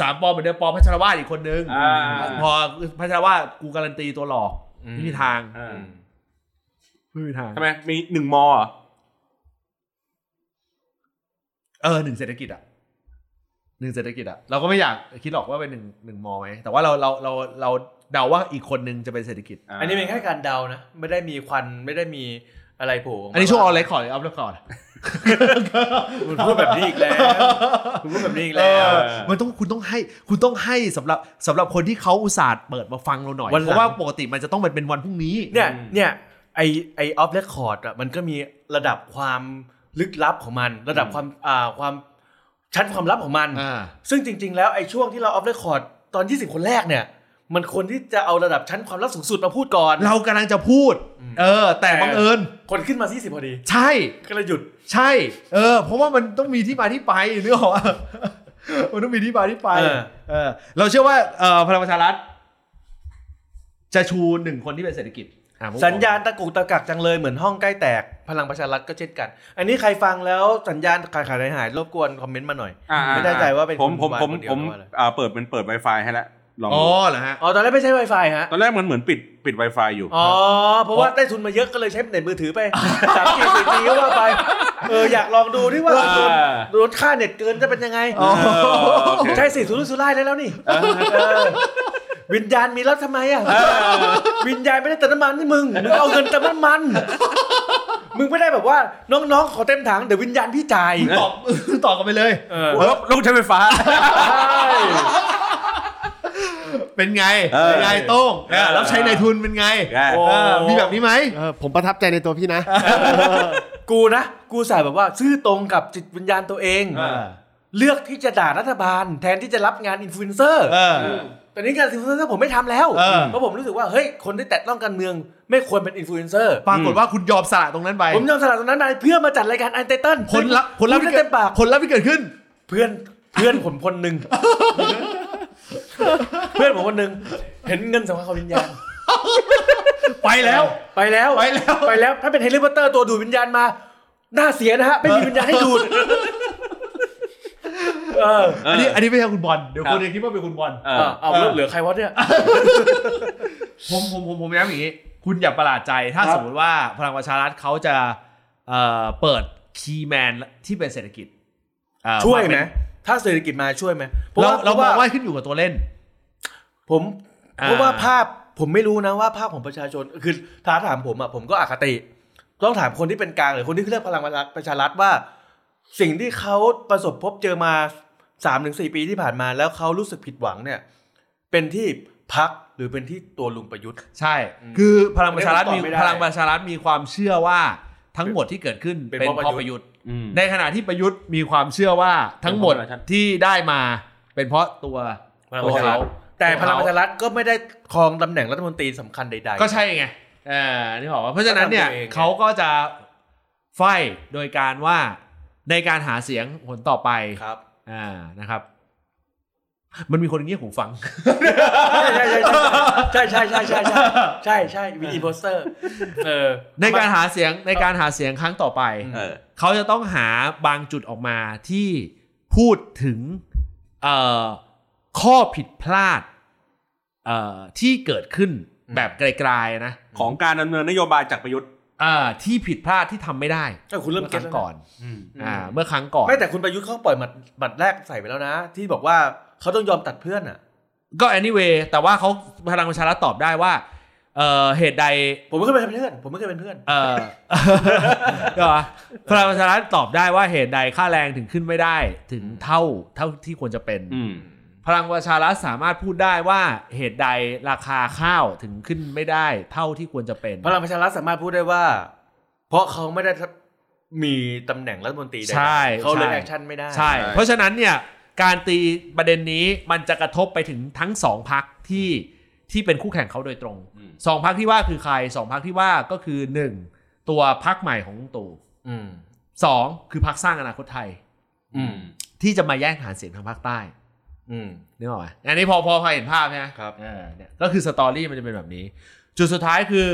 Speaker 2: สามปอเหมือนเดิมปอพัชรวาดอีกคนนึง
Speaker 3: อ่า
Speaker 2: พอพัชรวาดกูการันตีตัวหลอกไม่มีทาง
Speaker 3: อ่า
Speaker 2: ไม่มีทาง
Speaker 3: ทำไม มีหนึ่งมอเหรอ
Speaker 2: เออหนึ่งเศรษฐกิจอะหนึ่งเศรษฐกิจอะเราก็ไม่อยากคิดหรอกว่าเป็นหนึ่งหนึ่งมอไหมแต่ว่าเราเราเราเราเดาว่าอีกคนนึงจะเป็นเศรษฐกิจ
Speaker 3: า
Speaker 1: อันนี้เป็นแค่การเดานะ ไม่ได้มีควันไม่ได้มีอะไรโผล่กมา
Speaker 2: อันนี้ช่วงออนไลน์ขอหรืออัพเรคคอร์ด
Speaker 1: คุณพูดแบบนี้อีกแล้ว คุณพูดแบบนี้อีกแล้ว
Speaker 2: มันต้องคุณต้องให้คุณต้องให้สำหรับสำหรับคนที่เขาอุตส่าห์เปิดมาฟังเราหน่อย
Speaker 1: วันหลัง
Speaker 2: เพราะว่าปกติมันจะต้องมันเป็นวันพรุ่งนี้
Speaker 1: เนี่ยเนี่ยไอไอออฟเรคคอร์ดอะมันก็มีระดับความลึกลับของมัน ระดับความอ่าความชั้นความลับของมัน
Speaker 2: อ่า
Speaker 1: ซึ่งจริง ๆ แล้วไอ้ช่วงที่เราออฟเรคคอร์ดตอน 20 คนแรกเนี่ย มันควรที่จะเอาระดับชั้นความลับสูงสุดมาพูดก่อน
Speaker 2: เรากำลังจะพูด เออ แต่บังเอิญ
Speaker 1: คนขึ้นมา 20 พอดี
Speaker 2: ใช่
Speaker 1: ก็เลยหยุด
Speaker 2: ใช่ เออ เพราะว่ามันต้องมีที่มาที่ไปเรื่องของ มันต้องมีที่มาที่ไป
Speaker 1: เออ
Speaker 2: เออ เราเชื่อว่าเออพลังประชารัฐจะชูหนึ่งคนที่เป็นเศรษฐกิจอ่ะผม
Speaker 1: สัญญาณตะกุกตะกักจังเลยเหมือนห้องใกล้แตกพลังประชารัฐก็เช่นกัน อันนี้ใครฟังแล้วสัญญาณขาดขาดหายหายรบกวนคอมเมนต์มาหน่อย
Speaker 3: อ่า
Speaker 1: ไม่แน่ใจว่าเป็น
Speaker 3: ผม
Speaker 1: คุณ
Speaker 3: ผม
Speaker 1: วาย
Speaker 3: ผม
Speaker 1: คนเดียว
Speaker 3: ผม
Speaker 1: หรือว่าอะไร
Speaker 3: อ่าเปิดมันเปิด Wi-Fi ให้แล้วลอง
Speaker 2: อ๋
Speaker 3: ดู
Speaker 2: อเหรอฮะ
Speaker 1: อ๋อตอนแรกไม่ใช่ Wi-Fi ฮะ
Speaker 3: ตอนแรกมันเหมือนปิดปิด Wi-Fi อยู่
Speaker 1: อ๋อเพราะว่าได้ทุนมาเยอะก็เลยใช้เน็ตมือถือไป สามกี่สี่จีก็ว่าไปเอออยากลองดูที่ว่า
Speaker 3: เออ
Speaker 1: โดนโดนค่าเน็ตเกินจะเป็นยังไง
Speaker 2: อ๋อ
Speaker 3: เออโอเค
Speaker 1: ใช่สิสุรุ่ยสุร่ายได้แล้วนี่เออวิญญาณมีแล้วทำไมอ่ะวิญญาณไม่ได้เติมน้ำมันนี่มึงมึงเอาเงินเติมน้ำมัน มึงไม่ได้แบบว่าน้องๆขอเต็มถังเดี๋ยววิญญาณพี่จ่าย
Speaker 2: ตอบ ตอบกันไปเลย
Speaker 1: เออ
Speaker 3: แล้วแล้วใช้ไฟฟ้า
Speaker 2: เป็นไง
Speaker 3: เออ
Speaker 2: เป็นไงโต้งเออ
Speaker 3: เออ
Speaker 2: รับใช้ในายทุนเป็นไง
Speaker 3: ใช่
Speaker 2: เออมีแบบนี้ไหม
Speaker 4: เออผมประทับใจในตัวพี่นะ
Speaker 1: กูนะกูสายแบบว่าซื่อตรงกับจิตวิญญาณตัวเอง
Speaker 2: เออ
Speaker 1: เลือกที่จะด่ารัฐบาล แทนที่จะรับงานอินฟลูเอนเซอร์
Speaker 2: เออ
Speaker 1: ตอนนี้งานอินฟลูเอนเซอร์ผมไม่ทำแล้ว
Speaker 2: เออ
Speaker 1: เพราะผมรู้สึกว่าเฮ้ยคนที่แตะต้องการเมือง ไม่ควรเป็นอินฟลูเอนเซอร์
Speaker 2: ปรากฏว่าคุณยอมสละตรงนั้นไป
Speaker 1: ผมยอมสละตรงนั้นมาเพื่อมาจัดรายการอันเตเติ้ล
Speaker 2: ผลลัพธ์ผลลัพธ์
Speaker 1: พูด
Speaker 2: ที่
Speaker 1: ได้
Speaker 2: เกิ
Speaker 1: เต็
Speaker 2: ด
Speaker 1: มปาก
Speaker 2: ผลลัพธ์ที่เกิดขึ้น
Speaker 1: เพื่อนเพื่อนผมคน หนึ่ง เพื่อนผมคนหนึ่งเห็นเงินสำคัญของวิญญาณ
Speaker 2: ไปแล้ว
Speaker 1: ไปแล้ว
Speaker 2: ไปแล้ว
Speaker 1: ไปแล้วถ้าเป็นเฮลิคอปเตอร์ตัวดูดวิญญาณมาน่าเสียนะฮะ ไม่มีวิญญาณให้ดูดเออ
Speaker 2: อันนี้อันนี้ไม่ใช่คุณบอลเดี๋ยว
Speaker 3: ครับ
Speaker 2: คนจะคิดว่าเป็นคุณบอล
Speaker 3: เอ
Speaker 1: เอ
Speaker 3: อ
Speaker 1: อเอาแล้วเหลือใครวะเนี่ย
Speaker 2: ผมผมผมผมย้ำอย่างนี้ คุณอย่าประหลาดใจถ้า
Speaker 1: ครับ
Speaker 2: สมมติว่าพลังประชารัฐเขาจะเอ่อเปิดคีย์แมนที่เป็นเศรษฐกิจเอ่อ
Speaker 1: ช่วยไห
Speaker 2: เป็
Speaker 1: ม
Speaker 2: น
Speaker 1: ถ้าเศรษฐกิจมาช่วยไหมพะ
Speaker 2: เรา
Speaker 1: ว่
Speaker 2: เรา
Speaker 1: พะ
Speaker 2: ม
Speaker 1: ว่
Speaker 2: องว่าขึ้นอยู่กับตัวเล่น
Speaker 1: ผม
Speaker 2: อ่า
Speaker 1: เพราะว่าภาพผมไม่รู้นะว่าภาพของประชาชนคือถ้าถามผมอ่ะผมก็อคติ ต้องถามคนที่เป็นกลางหรือคนที่เลือกพลังประชารัฐว่า สิ่งที่เขาประสบพบเจอมาสามถึงสี่ปีที่ผ่านมา แล้วเขารู้สึกผิดหวังเนี่ย เป็นที่พักหรือเป็นที่ตัวลุงประยุทธ์
Speaker 2: ใช่ คือพลังประชารัฐ
Speaker 1: อันนี้
Speaker 2: มี
Speaker 1: ผมตอบไม่ได้
Speaker 2: พลังประชารัฐมีความเชื่อว่าทั้งหมดที่เกิดขึ้น
Speaker 1: เป็น
Speaker 2: เป็น
Speaker 1: เพ
Speaker 2: เพ
Speaker 1: ราะ
Speaker 2: ราะป
Speaker 1: ป
Speaker 2: ระ ระ
Speaker 1: ยุ
Speaker 2: ยุ
Speaker 1: ท
Speaker 2: ท
Speaker 1: ธ์
Speaker 2: ธ์ ในขณะที่ประยุทธ์มีความเชื่อว่าทั้งหมด
Speaker 3: เป็นเพราะประชาชน
Speaker 2: ที่ได้มาเป็นเพราะตัวตัวเขา
Speaker 1: แต่พลังประชารัฐก็ไม่ได้ครองตำแหน่งรัฐมนตรีสำคัญใด
Speaker 2: ก็ใช่ไงเออนี่บอกว่าเพราะฉะนั้นเนี่ย
Speaker 1: ก็ทำตัวเองไง
Speaker 2: เขาก็จะไฟโดยการว่าในการหาเสียงผลต่อไป
Speaker 1: ครับ
Speaker 2: อ่านะครับ มันมีคนอย่างนี้ผมฟัง
Speaker 1: ใช่ใช่ใช่ใช่ใช่ใช่ใช่ใช่มีอินโพสเตอร์เออ
Speaker 2: ในการหาเสียงในการหาเสียงครั้งต่อไป
Speaker 1: อืม
Speaker 3: เออ
Speaker 2: เขาจะต้องหาบางจุดออกมาที่พูดถึงเอ่อข้อผิดพลาดเอ่อที่เกิดขึ้นแบบไกลๆนะ
Speaker 3: ของการดำเนินนโยบายจากประยุทธ์
Speaker 2: อ่าที่ผิดพลาดที่ทำไม่ได้
Speaker 1: เออคุณเริ่ม
Speaker 2: เมื่อค
Speaker 1: เก็ต
Speaker 2: รั้ง
Speaker 1: แล้ว
Speaker 2: ก่อ
Speaker 1: นะ
Speaker 2: น
Speaker 3: อืม
Speaker 2: อ่าเมื่อครั้งก่อน
Speaker 1: ไม่แต่คุณประยุทธ์เขาปล่อยหมัดบัตรแรกใส่ไปแล้วนะ ที่บอกว่าเขาต้องยอมตัดเพื่อนอ่ะ
Speaker 2: ก็ anyway แต่ว่าเขาพลังประชารัฐตอบได้ว่าเอ่อเหตุใด
Speaker 1: ผมไม่เคยเป็นเพื่อน ผมไม่เคยเป็นเพื่อน
Speaker 2: เอ่อ เดี๋ยวนะพลังประชารัฐตอบได้ว่าเหตุใดค่าแรงถึงขึ้นไม่ได้ถึงเท่าเท่าที่ควรจะเป็น
Speaker 3: อืม
Speaker 2: พลังประชารัฐสามารถพูดได้ว่าเหตุใดราคาข้าวถึงขึ้นไม่ได้เท่าที่ควรจะเป็น
Speaker 1: พลังประชารัฐสามารถพูดได้ว่า เพราะเขาไม่ได้มีตำแหน่งรัฐมนตรีใดๆ
Speaker 2: ใช่
Speaker 1: เขาเลย
Speaker 2: ใช่
Speaker 1: แอคชั่นไม่ได้
Speaker 2: ใช่ เพราะฉะนั้นเนี่ยการตีประเด็นนี้มันจะกระทบไปถึงทั้งสองพักที่ที่เป็นคู่แข่งเขาโดยตรง
Speaker 3: อืม
Speaker 2: สองพักที่ว่าคือใครสองพักที่ว่าก็คือหนึ่งตัวพักใหม่ของลุงตู่
Speaker 1: อืม
Speaker 2: สองคือพักสร้างอนาคตไทย
Speaker 1: อืม
Speaker 2: ที่จะมาแย่งฐานเสียงทางภาคใต้
Speaker 1: อืม
Speaker 2: นึกออกไหมอันนี้พอพอพอเห็นภาพใช่ไหม
Speaker 1: ครับ
Speaker 2: เออเนี่ยก็คือสตอรี่มันจะเป็นแบบนี้ จุดสุดท้ายคือ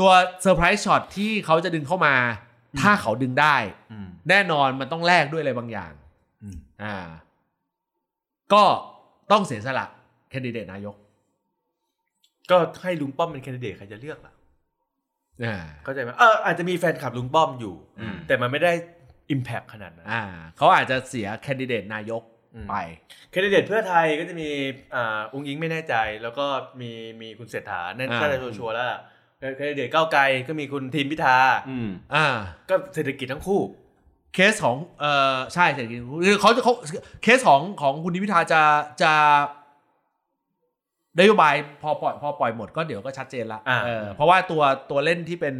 Speaker 2: ตัวเซอร์ไพรส์ช็อตที่เขาจะดึงเข้ามา ถ้าเขาดึงได้
Speaker 1: อืม
Speaker 2: แน่นอนมันต้องแลกด้วยอะไรบางอย่าง
Speaker 1: อืม
Speaker 2: อ่า ก็ต้องเสียสละแคนดิเดตนายก
Speaker 1: ก็ให้ลุงป้อมเป็นแคนดิเดตใครจะเลือกล่ะ
Speaker 2: อ่า
Speaker 1: เข้าใจไหมเอออาจจะมีแฟนคลับลุงป้อมอยู่
Speaker 3: อืม
Speaker 1: แต่มันไม่ได้ Impact ขนาดนั้น
Speaker 2: อ่าเขาอาจจะเสียแคนดิเดตนายก
Speaker 1: อืม
Speaker 2: ไป
Speaker 1: แคนดิเดตเพื่อไทยก็จะมีอ่าองค์ยิงไม่แน่ใจ แล้วก็มีมีคุณเศรษฐาแน่น
Speaker 2: อ่า
Speaker 1: น่าจะชัวร์ๆแล้วล่ะแคนดิเดตก้าวไกลก็มีคุณทีมพิธา
Speaker 3: อืม
Speaker 2: อ่า
Speaker 1: ก็เศรษฐกิจทั้งคู่
Speaker 2: เคสของเออใช่เศรษฐกิจคือเขาจะเขาเคสของของคุณนิพิธาจะจะนโยบายพอปล่อยพอปล่อยหมดก็เดี๋ยวก็ชัดเจนละ
Speaker 1: อ่า
Speaker 2: เออเพราะว่าตัวตัวเล่นที่เป็น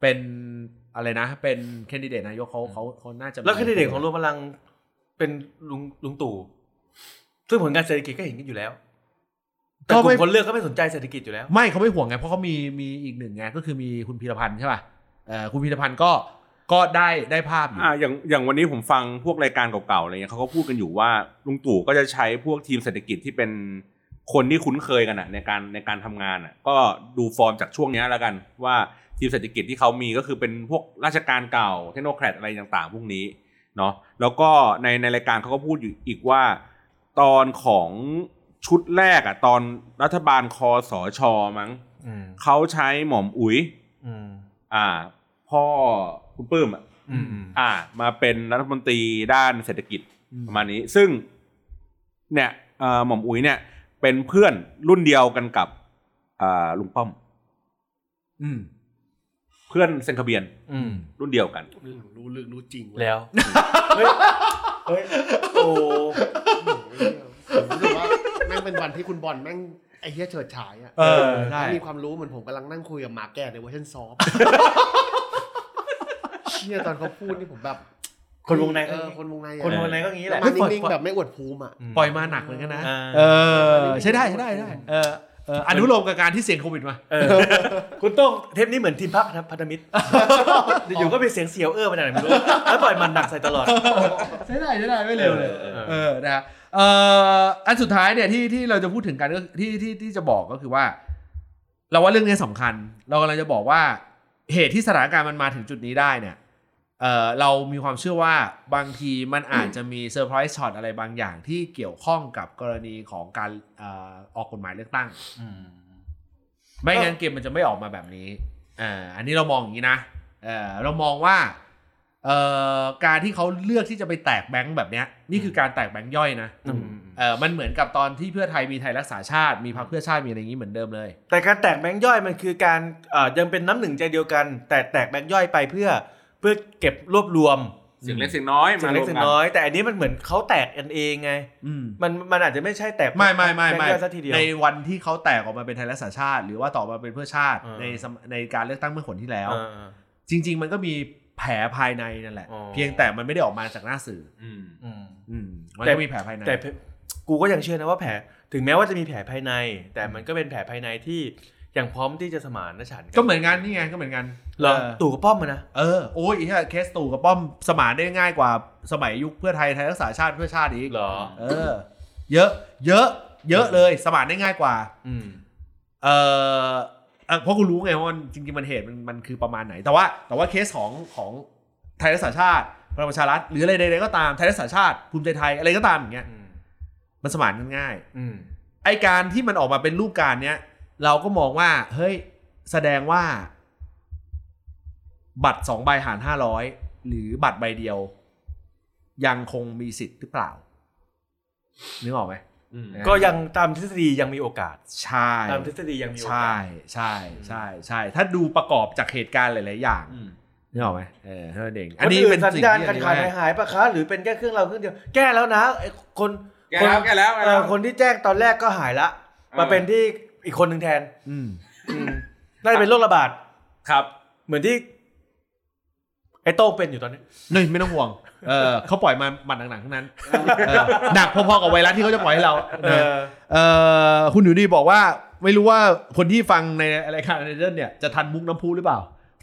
Speaker 2: เป็นอะไรนะ เป็นแคนดิเดตนายกเขาเขาเขาน่าจะมี
Speaker 1: แล้วแคนดิเดตของรวมพลังเป็นลุงลุงตู่ ซึ่งผลงานเศรษฐกิจก็เห็นกันอยู่แล้ว แต่
Speaker 2: ก็
Speaker 1: กลุ่
Speaker 2: ไม่
Speaker 1: มคนเลือกก็ไม่สนใจเศรษฐกิจอยู่แล้ว
Speaker 2: ไม่เขาไม่ห่วงไงเพราะเขามีมีอีกหนึ่งไงก็คือมีคุณพีรพันธ์ใช่ป่ะเออคุณพีรพันธ์ก็ก็ได้ได้ภาพอยู่
Speaker 3: อ่าอย่างอย่างวันนี้ผมฟังพวกรายการเก่าๆอะไรเงี้ยเขาก็พูดกันอยู่ว่าลุงตู่ก็จะใช้พวกทีมเศรษฐกิจที่เป็นคนที่คุ้นเคยกันอะในการในการทำงานอะก็ดูฟอร์มจากช่วงเนี้ยแล้วกันว่าทีมเศรษฐกิจที่เขามีก็คือเป็นพวกราชการเก่าเทคโนแครดอะไรต่างๆ พวกนี้เนาะแล้วก็ในในรายการเขาก็พูดอยู่อีกว่า ตอนของชุดแรกอะตอนรัฐบาลคอสชมั้ง
Speaker 1: อืม
Speaker 3: เขาใช้หม่อมอุ๋ย
Speaker 1: อืม
Speaker 3: อ่า พ่อคุณปื้มอะ
Speaker 1: อืม
Speaker 3: อ่ามาเป็นรัฐมนตรีด้านเศรษฐกิจ
Speaker 2: อืม
Speaker 3: ประมาณนี้ ซึ่งเนี่ยเอ่อหม่อมอุ๋ยเนี่ย เป็นเพื่อนรุ่นเดียวกันกับอ่าลุงป้อม
Speaker 2: อืม
Speaker 3: เพื่อนเซนคาเบียน
Speaker 1: อืม
Speaker 3: รุ่นเดียวกัน
Speaker 4: รู้ลึกรู้จริงเย
Speaker 1: แล้ว เฮ้ย เฮ้ย โอ้
Speaker 4: ผมรู้สึกว่าแม่งเป็นวันที่คุณบอลแม่งไอ้เหี้ยเฉิดฉายอ่ะ
Speaker 2: เออได้
Speaker 4: มีความรู้เหมือนผมกำลังนั่งคุยกับหมาแก่ในเวอร์ชันซ อฟต์ เชี่ยตอนเขาพูดนี่ผมแบบ
Speaker 1: คนวงใน
Speaker 4: เออ
Speaker 1: ค
Speaker 4: คน นวงใน
Speaker 1: คนวงในก็งี้แหละ
Speaker 4: มานิ่งๆแบบไม่อวดภูมิอ่ะ
Speaker 2: ปล่อยมาหนักเหมือนกันนะ
Speaker 1: อ่า
Speaker 2: เออ ใช่ได้ใช่ได้ใช่ได้เออเอออนุโลมกับการที่เสี่ยงโควิดมา
Speaker 1: เออ คุณโต้องเทปนี้เหมือนทีมพักนะพันธมิต รอยู่ๆก็เป็นเสียงเสียวเออมาจากไหนไม่รู้แล้วปล่อยมันหนักใส่ตลอด
Speaker 2: ใช่ได้ใช่ได้ไม่เร็วเลย
Speaker 3: เออเออ
Speaker 2: เออ นะฮะเอ่ออันสุดท้ายเนี่ยที่ที่เราจะพูดถึงกันก็ที่ที่ที่จะบอกก็คือว่า เราว่าเรื่องนี้สำคัญ เรากำลังจะบอกว่าเหตุที่สถานการณ์มันมาถึงจุดนี้ได้เนี่ย เออเรามีความเชื่อว่าบางทีมันอาจจะมีเซอร์ไพรส์ช็อตอะไรบางอย่างที่เกี่ยวข้องกับกรณีของการเอ่อออกกฎหมายเลือกตั้ง ไม่งั้นเกมมันจะไม่ออกมาแบบนี้เอ่ออันนี้เรามองอย่างนี้นะเอ่อเรามองว่าเอ่อการที่เขาเลือกที่จะไปแตกแบงค์แบบเนี้ยนี่คือการแตกแบงค์ย่อยนะ
Speaker 1: อืม
Speaker 2: เออมันเหมือนกับตอนที่เพื่อไทยมีไทยรักษาชาติ มีพรรคเพื่อชาติมีอะไรอย่างนี้เหมือนเดิมเลย
Speaker 1: แต่การแตกแบงค์ย่อยมันคือการเอ่อยังเป็นน้ำหนึ่งใจเดียวกัน แต่แตกแบงค์ย่อยไปเพื่อเพื่อเก็บรวบรวม
Speaker 3: เสียงเล็กเสียงน้อย
Speaker 1: เสียงเล็กเสียงน้อย แต่อันนี้มันเหมือนเขาแตกกันเองไง
Speaker 2: อืม
Speaker 1: มันมันอาจจะไม่ใช่แตก
Speaker 2: ไม่ไม่ไม่
Speaker 1: แบง
Speaker 2: ไม่
Speaker 1: ค์ย่อยซะทีเดียว
Speaker 2: ในวันที่เขาแตกออกมาเป็นไทยรักษาชาติ หรือว่าต่อมาเป็นเพื่อชาติ
Speaker 1: อ่า
Speaker 2: ในสมในการเลือกตั้งเมื่อคนที่แล้ว
Speaker 1: อ่า
Speaker 2: จริง ๆ มันก็มีแผลภายในนั่นแหละ
Speaker 1: อ๋อ
Speaker 2: เพียงแต่มันไม่ได้ออกมาจากหน้าสื่อ
Speaker 3: อืม
Speaker 1: อืม
Speaker 2: อืมมัน
Speaker 1: แต่
Speaker 2: ก็มีแผลภายใน
Speaker 1: แต่เพกูก็ยังเชื่อนะว่าแผลถึงแม้ว่าจะมีแผลภายใน แต่มันก็เป็นแผลภายในที่ยังพร้อมที่จะสมานนะฉันท์
Speaker 2: ก็เหมือนกันนี่ไงก็เหมือนกัน
Speaker 1: เหรอ
Speaker 2: ออ
Speaker 1: ตู่กับป้อมมานะ
Speaker 2: เออโอ้ยไอ้เหี้ยเคสตู่กับป้อมสมานได้ง่ายกว่าสมัยยุคเพื่อไทยไทยรักษาชาติเพื่อชาติอีก
Speaker 1: เหรอ
Speaker 2: เออ เยอะ เยอะ เยอะเลยสมานได้ง่ายกว่า
Speaker 1: อืม
Speaker 2: เออเอ่อเพราะกูรู้ไงว่ามันจริงๆมันเหตุมันมันคือประมาณไหน แต่ว่าแต่ว่าเคสของของไทยรักษาชาติพลังประชารัฐหรืออะไรใดๆก็ตามไทยรักษาชาติภูมิใจไทยอะไรก็ตามอย่างเงี้ย
Speaker 1: อืม
Speaker 2: มันสมานกันง่าย
Speaker 1: อืม
Speaker 2: ไอการที่มันออกมาเป็นรูปการเนี้ย เราก็มองว่า เฮ้ย แสดงว่า บัตรสองใบหารห้าร้อยหรือบัตรใบเดียว ยังคงมีสิทธิ์หรือเปล่านึกออกไหม
Speaker 3: อืม
Speaker 1: ก็ยังตามทฤษฎียังมีโอกาส
Speaker 2: ใช่
Speaker 1: ตามทฤษฎียังมีโอกา
Speaker 2: ใช่
Speaker 1: ส
Speaker 2: ใช่ใช่ใช่ ถ้าดูประกอบจากเหตุการณ์หลาย ๆ อย่าง
Speaker 3: อืม
Speaker 2: นึกออกไหมเออเท่านั้นเอง
Speaker 1: อันนี้เป็นสัญญาณ
Speaker 2: ที่
Speaker 1: ขาดขาดหายหายๆปะคะหรือเป็นแค่เครื่องเราเครื่องเดียว แก้แล้วนะไอ้คน
Speaker 3: แกแล้วแกแล้วแก
Speaker 1: เอ่
Speaker 3: แล้
Speaker 1: อ
Speaker 3: ว
Speaker 1: คนที่แจ้งตอนแรกก็หายละ มา
Speaker 3: เออ
Speaker 1: เป็นที่อีกคนหนึ่งแทน
Speaker 2: อืม
Speaker 1: อืมน่าจะเป็นโรคระบาด
Speaker 3: ครับ
Speaker 1: เหมือนที่ ไอ้โต้งเป็นอยู่ตอนนี้
Speaker 2: นี่ไม่ต้องห่วงเออเขาปล่อยมาหมัดหนักๆทั้งนั้นเออหนักพอ ๆ กับไวรัสที่เขาจะปล่อยให้เรา
Speaker 1: เอ
Speaker 2: นะ
Speaker 1: อ
Speaker 2: เออคุณอยู่นี่บอกว่า ไม่รู้ว่าคนที่ฟังในรายการในเรื่องเนี่ยจะทันมุกน้ำพุหรือเปล่า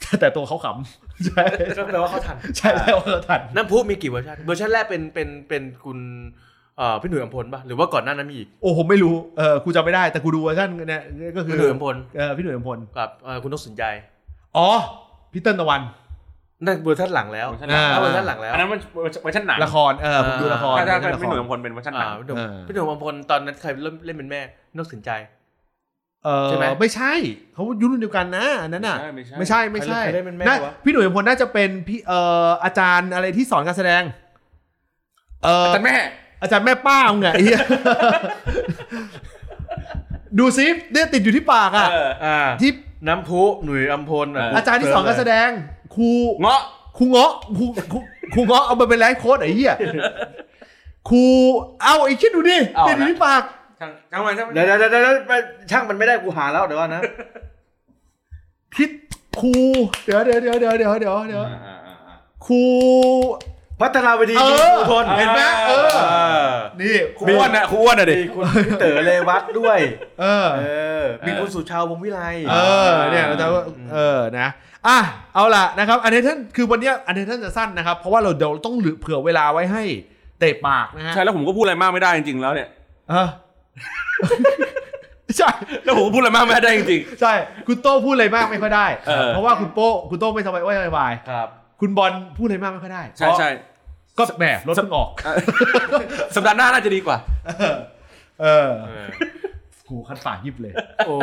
Speaker 2: แต่ตัวเขาขำใช่
Speaker 1: ก็แปลว่าเขาทัน
Speaker 2: ใช่ใช่ว่าเขาทัน
Speaker 1: น้ำพุมีกี่เวอร์ชันเวอร์ชันแรกเป็นเป็นเป็นคุณเอ่อพี่หนุ่ยอำพลป่ะ หรือว่าก่อนหน้านั้นมีอีก
Speaker 2: โอ้ผมไม่รู้เออกูจำไม่ได้แต่กูดูเวอร์ชันเนี่ยก็คื
Speaker 1: พี่
Speaker 2: อ
Speaker 1: หนุ่ยอำพล
Speaker 2: เออพี่หนุ่ยอำพล
Speaker 1: กับเอ่อคุณนกสนใจ
Speaker 2: อ๋อพี่เติ้ลตะวัน
Speaker 1: นั่นเวอร์ชันหลังแล้ว
Speaker 3: เวอร์ชัน
Speaker 1: อ่าเวอร์ชันหลังแล้ว
Speaker 3: อันนั้นมันเวอร์ชันเวอร์ชันหนัง
Speaker 2: ละคร เออ ผมดูละคร
Speaker 3: ถ้าถ้า
Speaker 2: ผมดูละคร
Speaker 3: ไม่หนุ่ยอำพลเป็นเวอร์ชันหนั
Speaker 1: อ่าง พี่หนุ่ม
Speaker 2: เออ
Speaker 1: พี่หนุ่มอมพลตอนนั้นใครเล่นเล่นเป็นแม่นกสินใจ
Speaker 2: เออ
Speaker 1: ใช่ไหม
Speaker 2: ไม่ใช่ เขายุ่นเดียวกันนะอันนั้นน่ะ
Speaker 3: ไม่ใช่ไม่
Speaker 2: ไม่ใช่ ไม่
Speaker 3: ใช่
Speaker 2: ใช่
Speaker 1: ใครเล่นเป็นแม่
Speaker 2: น่าว
Speaker 1: ะ
Speaker 2: พี่หนุ่ยพลน่าจะเป็นพี่เอ่ออาจารย์อะไรที่สอนการแสดง เอ่อ
Speaker 3: แต่แม่
Speaker 2: อาจารย์แม่ป้ามึงไง ไอ้เหี้ยดูซิเนี่ยติดอยู่ที่ปากอ่ะ
Speaker 3: เออ
Speaker 1: อ่า
Speaker 2: ที่
Speaker 1: น้ำพุหนุ่ยอำพล
Speaker 3: เออ
Speaker 1: ะ
Speaker 2: อาจารย์ที่สอนการแสดงครู
Speaker 3: เงาะ
Speaker 2: ครูเงาะครูครูครูเงาะเอาไปเป็นไลฟ์โค้ดไอ้ เหี้ยครูเอาไอ้คิดดูดิ
Speaker 3: เอานะ
Speaker 2: ติดอยู่ที่ปาก
Speaker 3: ช่างช่างมันช่างมัน
Speaker 1: เดี๋ยวเดี๋ยวเดี๋ยวเดี๋ยวไปช่างมันไม่ได้กูหาแล้วเดี๋ยวก่อนนะ
Speaker 2: คิดครูเดี๋ยวเดี๋ยวเดี๋ยวเดี๋ยวเดี๋ยวเดี๋ยวเดี๋ยว
Speaker 3: อ่าอ่าอ่าอ่า
Speaker 2: ครู
Speaker 1: พัฒนาวดี
Speaker 2: เอ
Speaker 1: มี
Speaker 2: อ
Speaker 1: คุณพล
Speaker 2: เห็นไหมเออ นี่
Speaker 3: ครูอ้วนน่ะครูอ้วนน่ะดิ
Speaker 1: มีคุณพี่เต๋อเลวัตด้วย
Speaker 2: เออ
Speaker 1: เออ มีคุณสุชาววงศ์วิไล
Speaker 2: เออเนี่ยเราจะว่าเออนะอ่ะเอาล่ะนะครับ อันนี้ท่านคือวันเนี้ยอันนี้ท่านจะสั้นนะครับ เพราะว่าเราเดี๋ยวต้องเหลือเผื่อเวลาไว้ให้เตะปากนะฮะ
Speaker 3: ใช่แล้วผมก็พูดอะไรมากไม่ได้จริงๆแล้วเนี่ย
Speaker 2: เอ อ ใช่
Speaker 3: แล้วผมก็พูดอะไรมากไม่ได้จริง
Speaker 2: ใช่ คุณโต้พูดอะไรมากไม่ค่อยได้
Speaker 3: เออ
Speaker 2: เพราะว่าคุณโป้คุณโต้ไม่สบายไม่สบาย
Speaker 1: ครับ
Speaker 2: คุณบอลพูดอะไรมากไม่ค่อยได้
Speaker 3: ๆ ใช่ใช่
Speaker 2: ก็แหมรถเพิ่งออก
Speaker 3: สัปดาห์หน้าน่าจะดีกว่า
Speaker 2: เออหูคันปากยิบเลย
Speaker 1: โอ้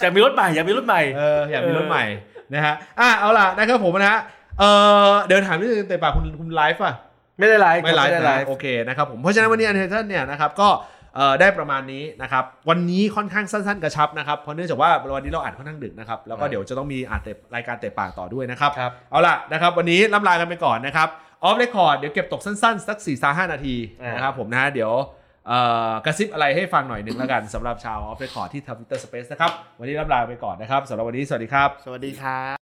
Speaker 1: อยากมีรถใหม่อยากมีรถใหม่
Speaker 2: เอออยากมีรถใหม่นะฮะอ่ะเอาล่ะนะครับผมนะฮะเออเดี๋ยวถามนิดนึงแต่ปากคุณคุณไลฟ์ป่ะ
Speaker 1: ไม่ได้ไลฟ์
Speaker 2: ไม่ไลฟ์
Speaker 1: ด้
Speaker 2: นะ
Speaker 1: ไล
Speaker 2: โอเคนะครับผมเพราะฉะนั้นวันนี้อันเทนเนี่ยนะครับก็เออได้ประมาณนี้นะครับวันนี้ค่อนข้างสั้นๆกระชับนะครับเพราะเนื่องจากว่าวันนี้เราอ่านค่อนข้างดึกนะครับแล้วก็เดี๋ยวจะต้องมีอ่านเตะรายการเตะปากต่อด้วยนะครับ
Speaker 1: ครับ
Speaker 2: เอาล่ะนะครับวันนี้ล่ำลากันไปก่อนนะครับออฟเรคคอร์ดเดี๋ยวเก็บตกสั้นๆ สัก4ี่สาห้านาที
Speaker 1: อ่าน
Speaker 2: นะครับผมนะฮะเดี๋ยวเอ่อกระซิบอะไรให้ฟังหน่อยหนึ่งแล้วกันสำหรับชาวออฟเรคคอร์ดที่ทวิตเตอร์สเปซนะครับ วันนี้ล่ำลากันไปก่อนนะครับสำหรับวันนี้สวัสดีครับ
Speaker 4: สวัสดีครับ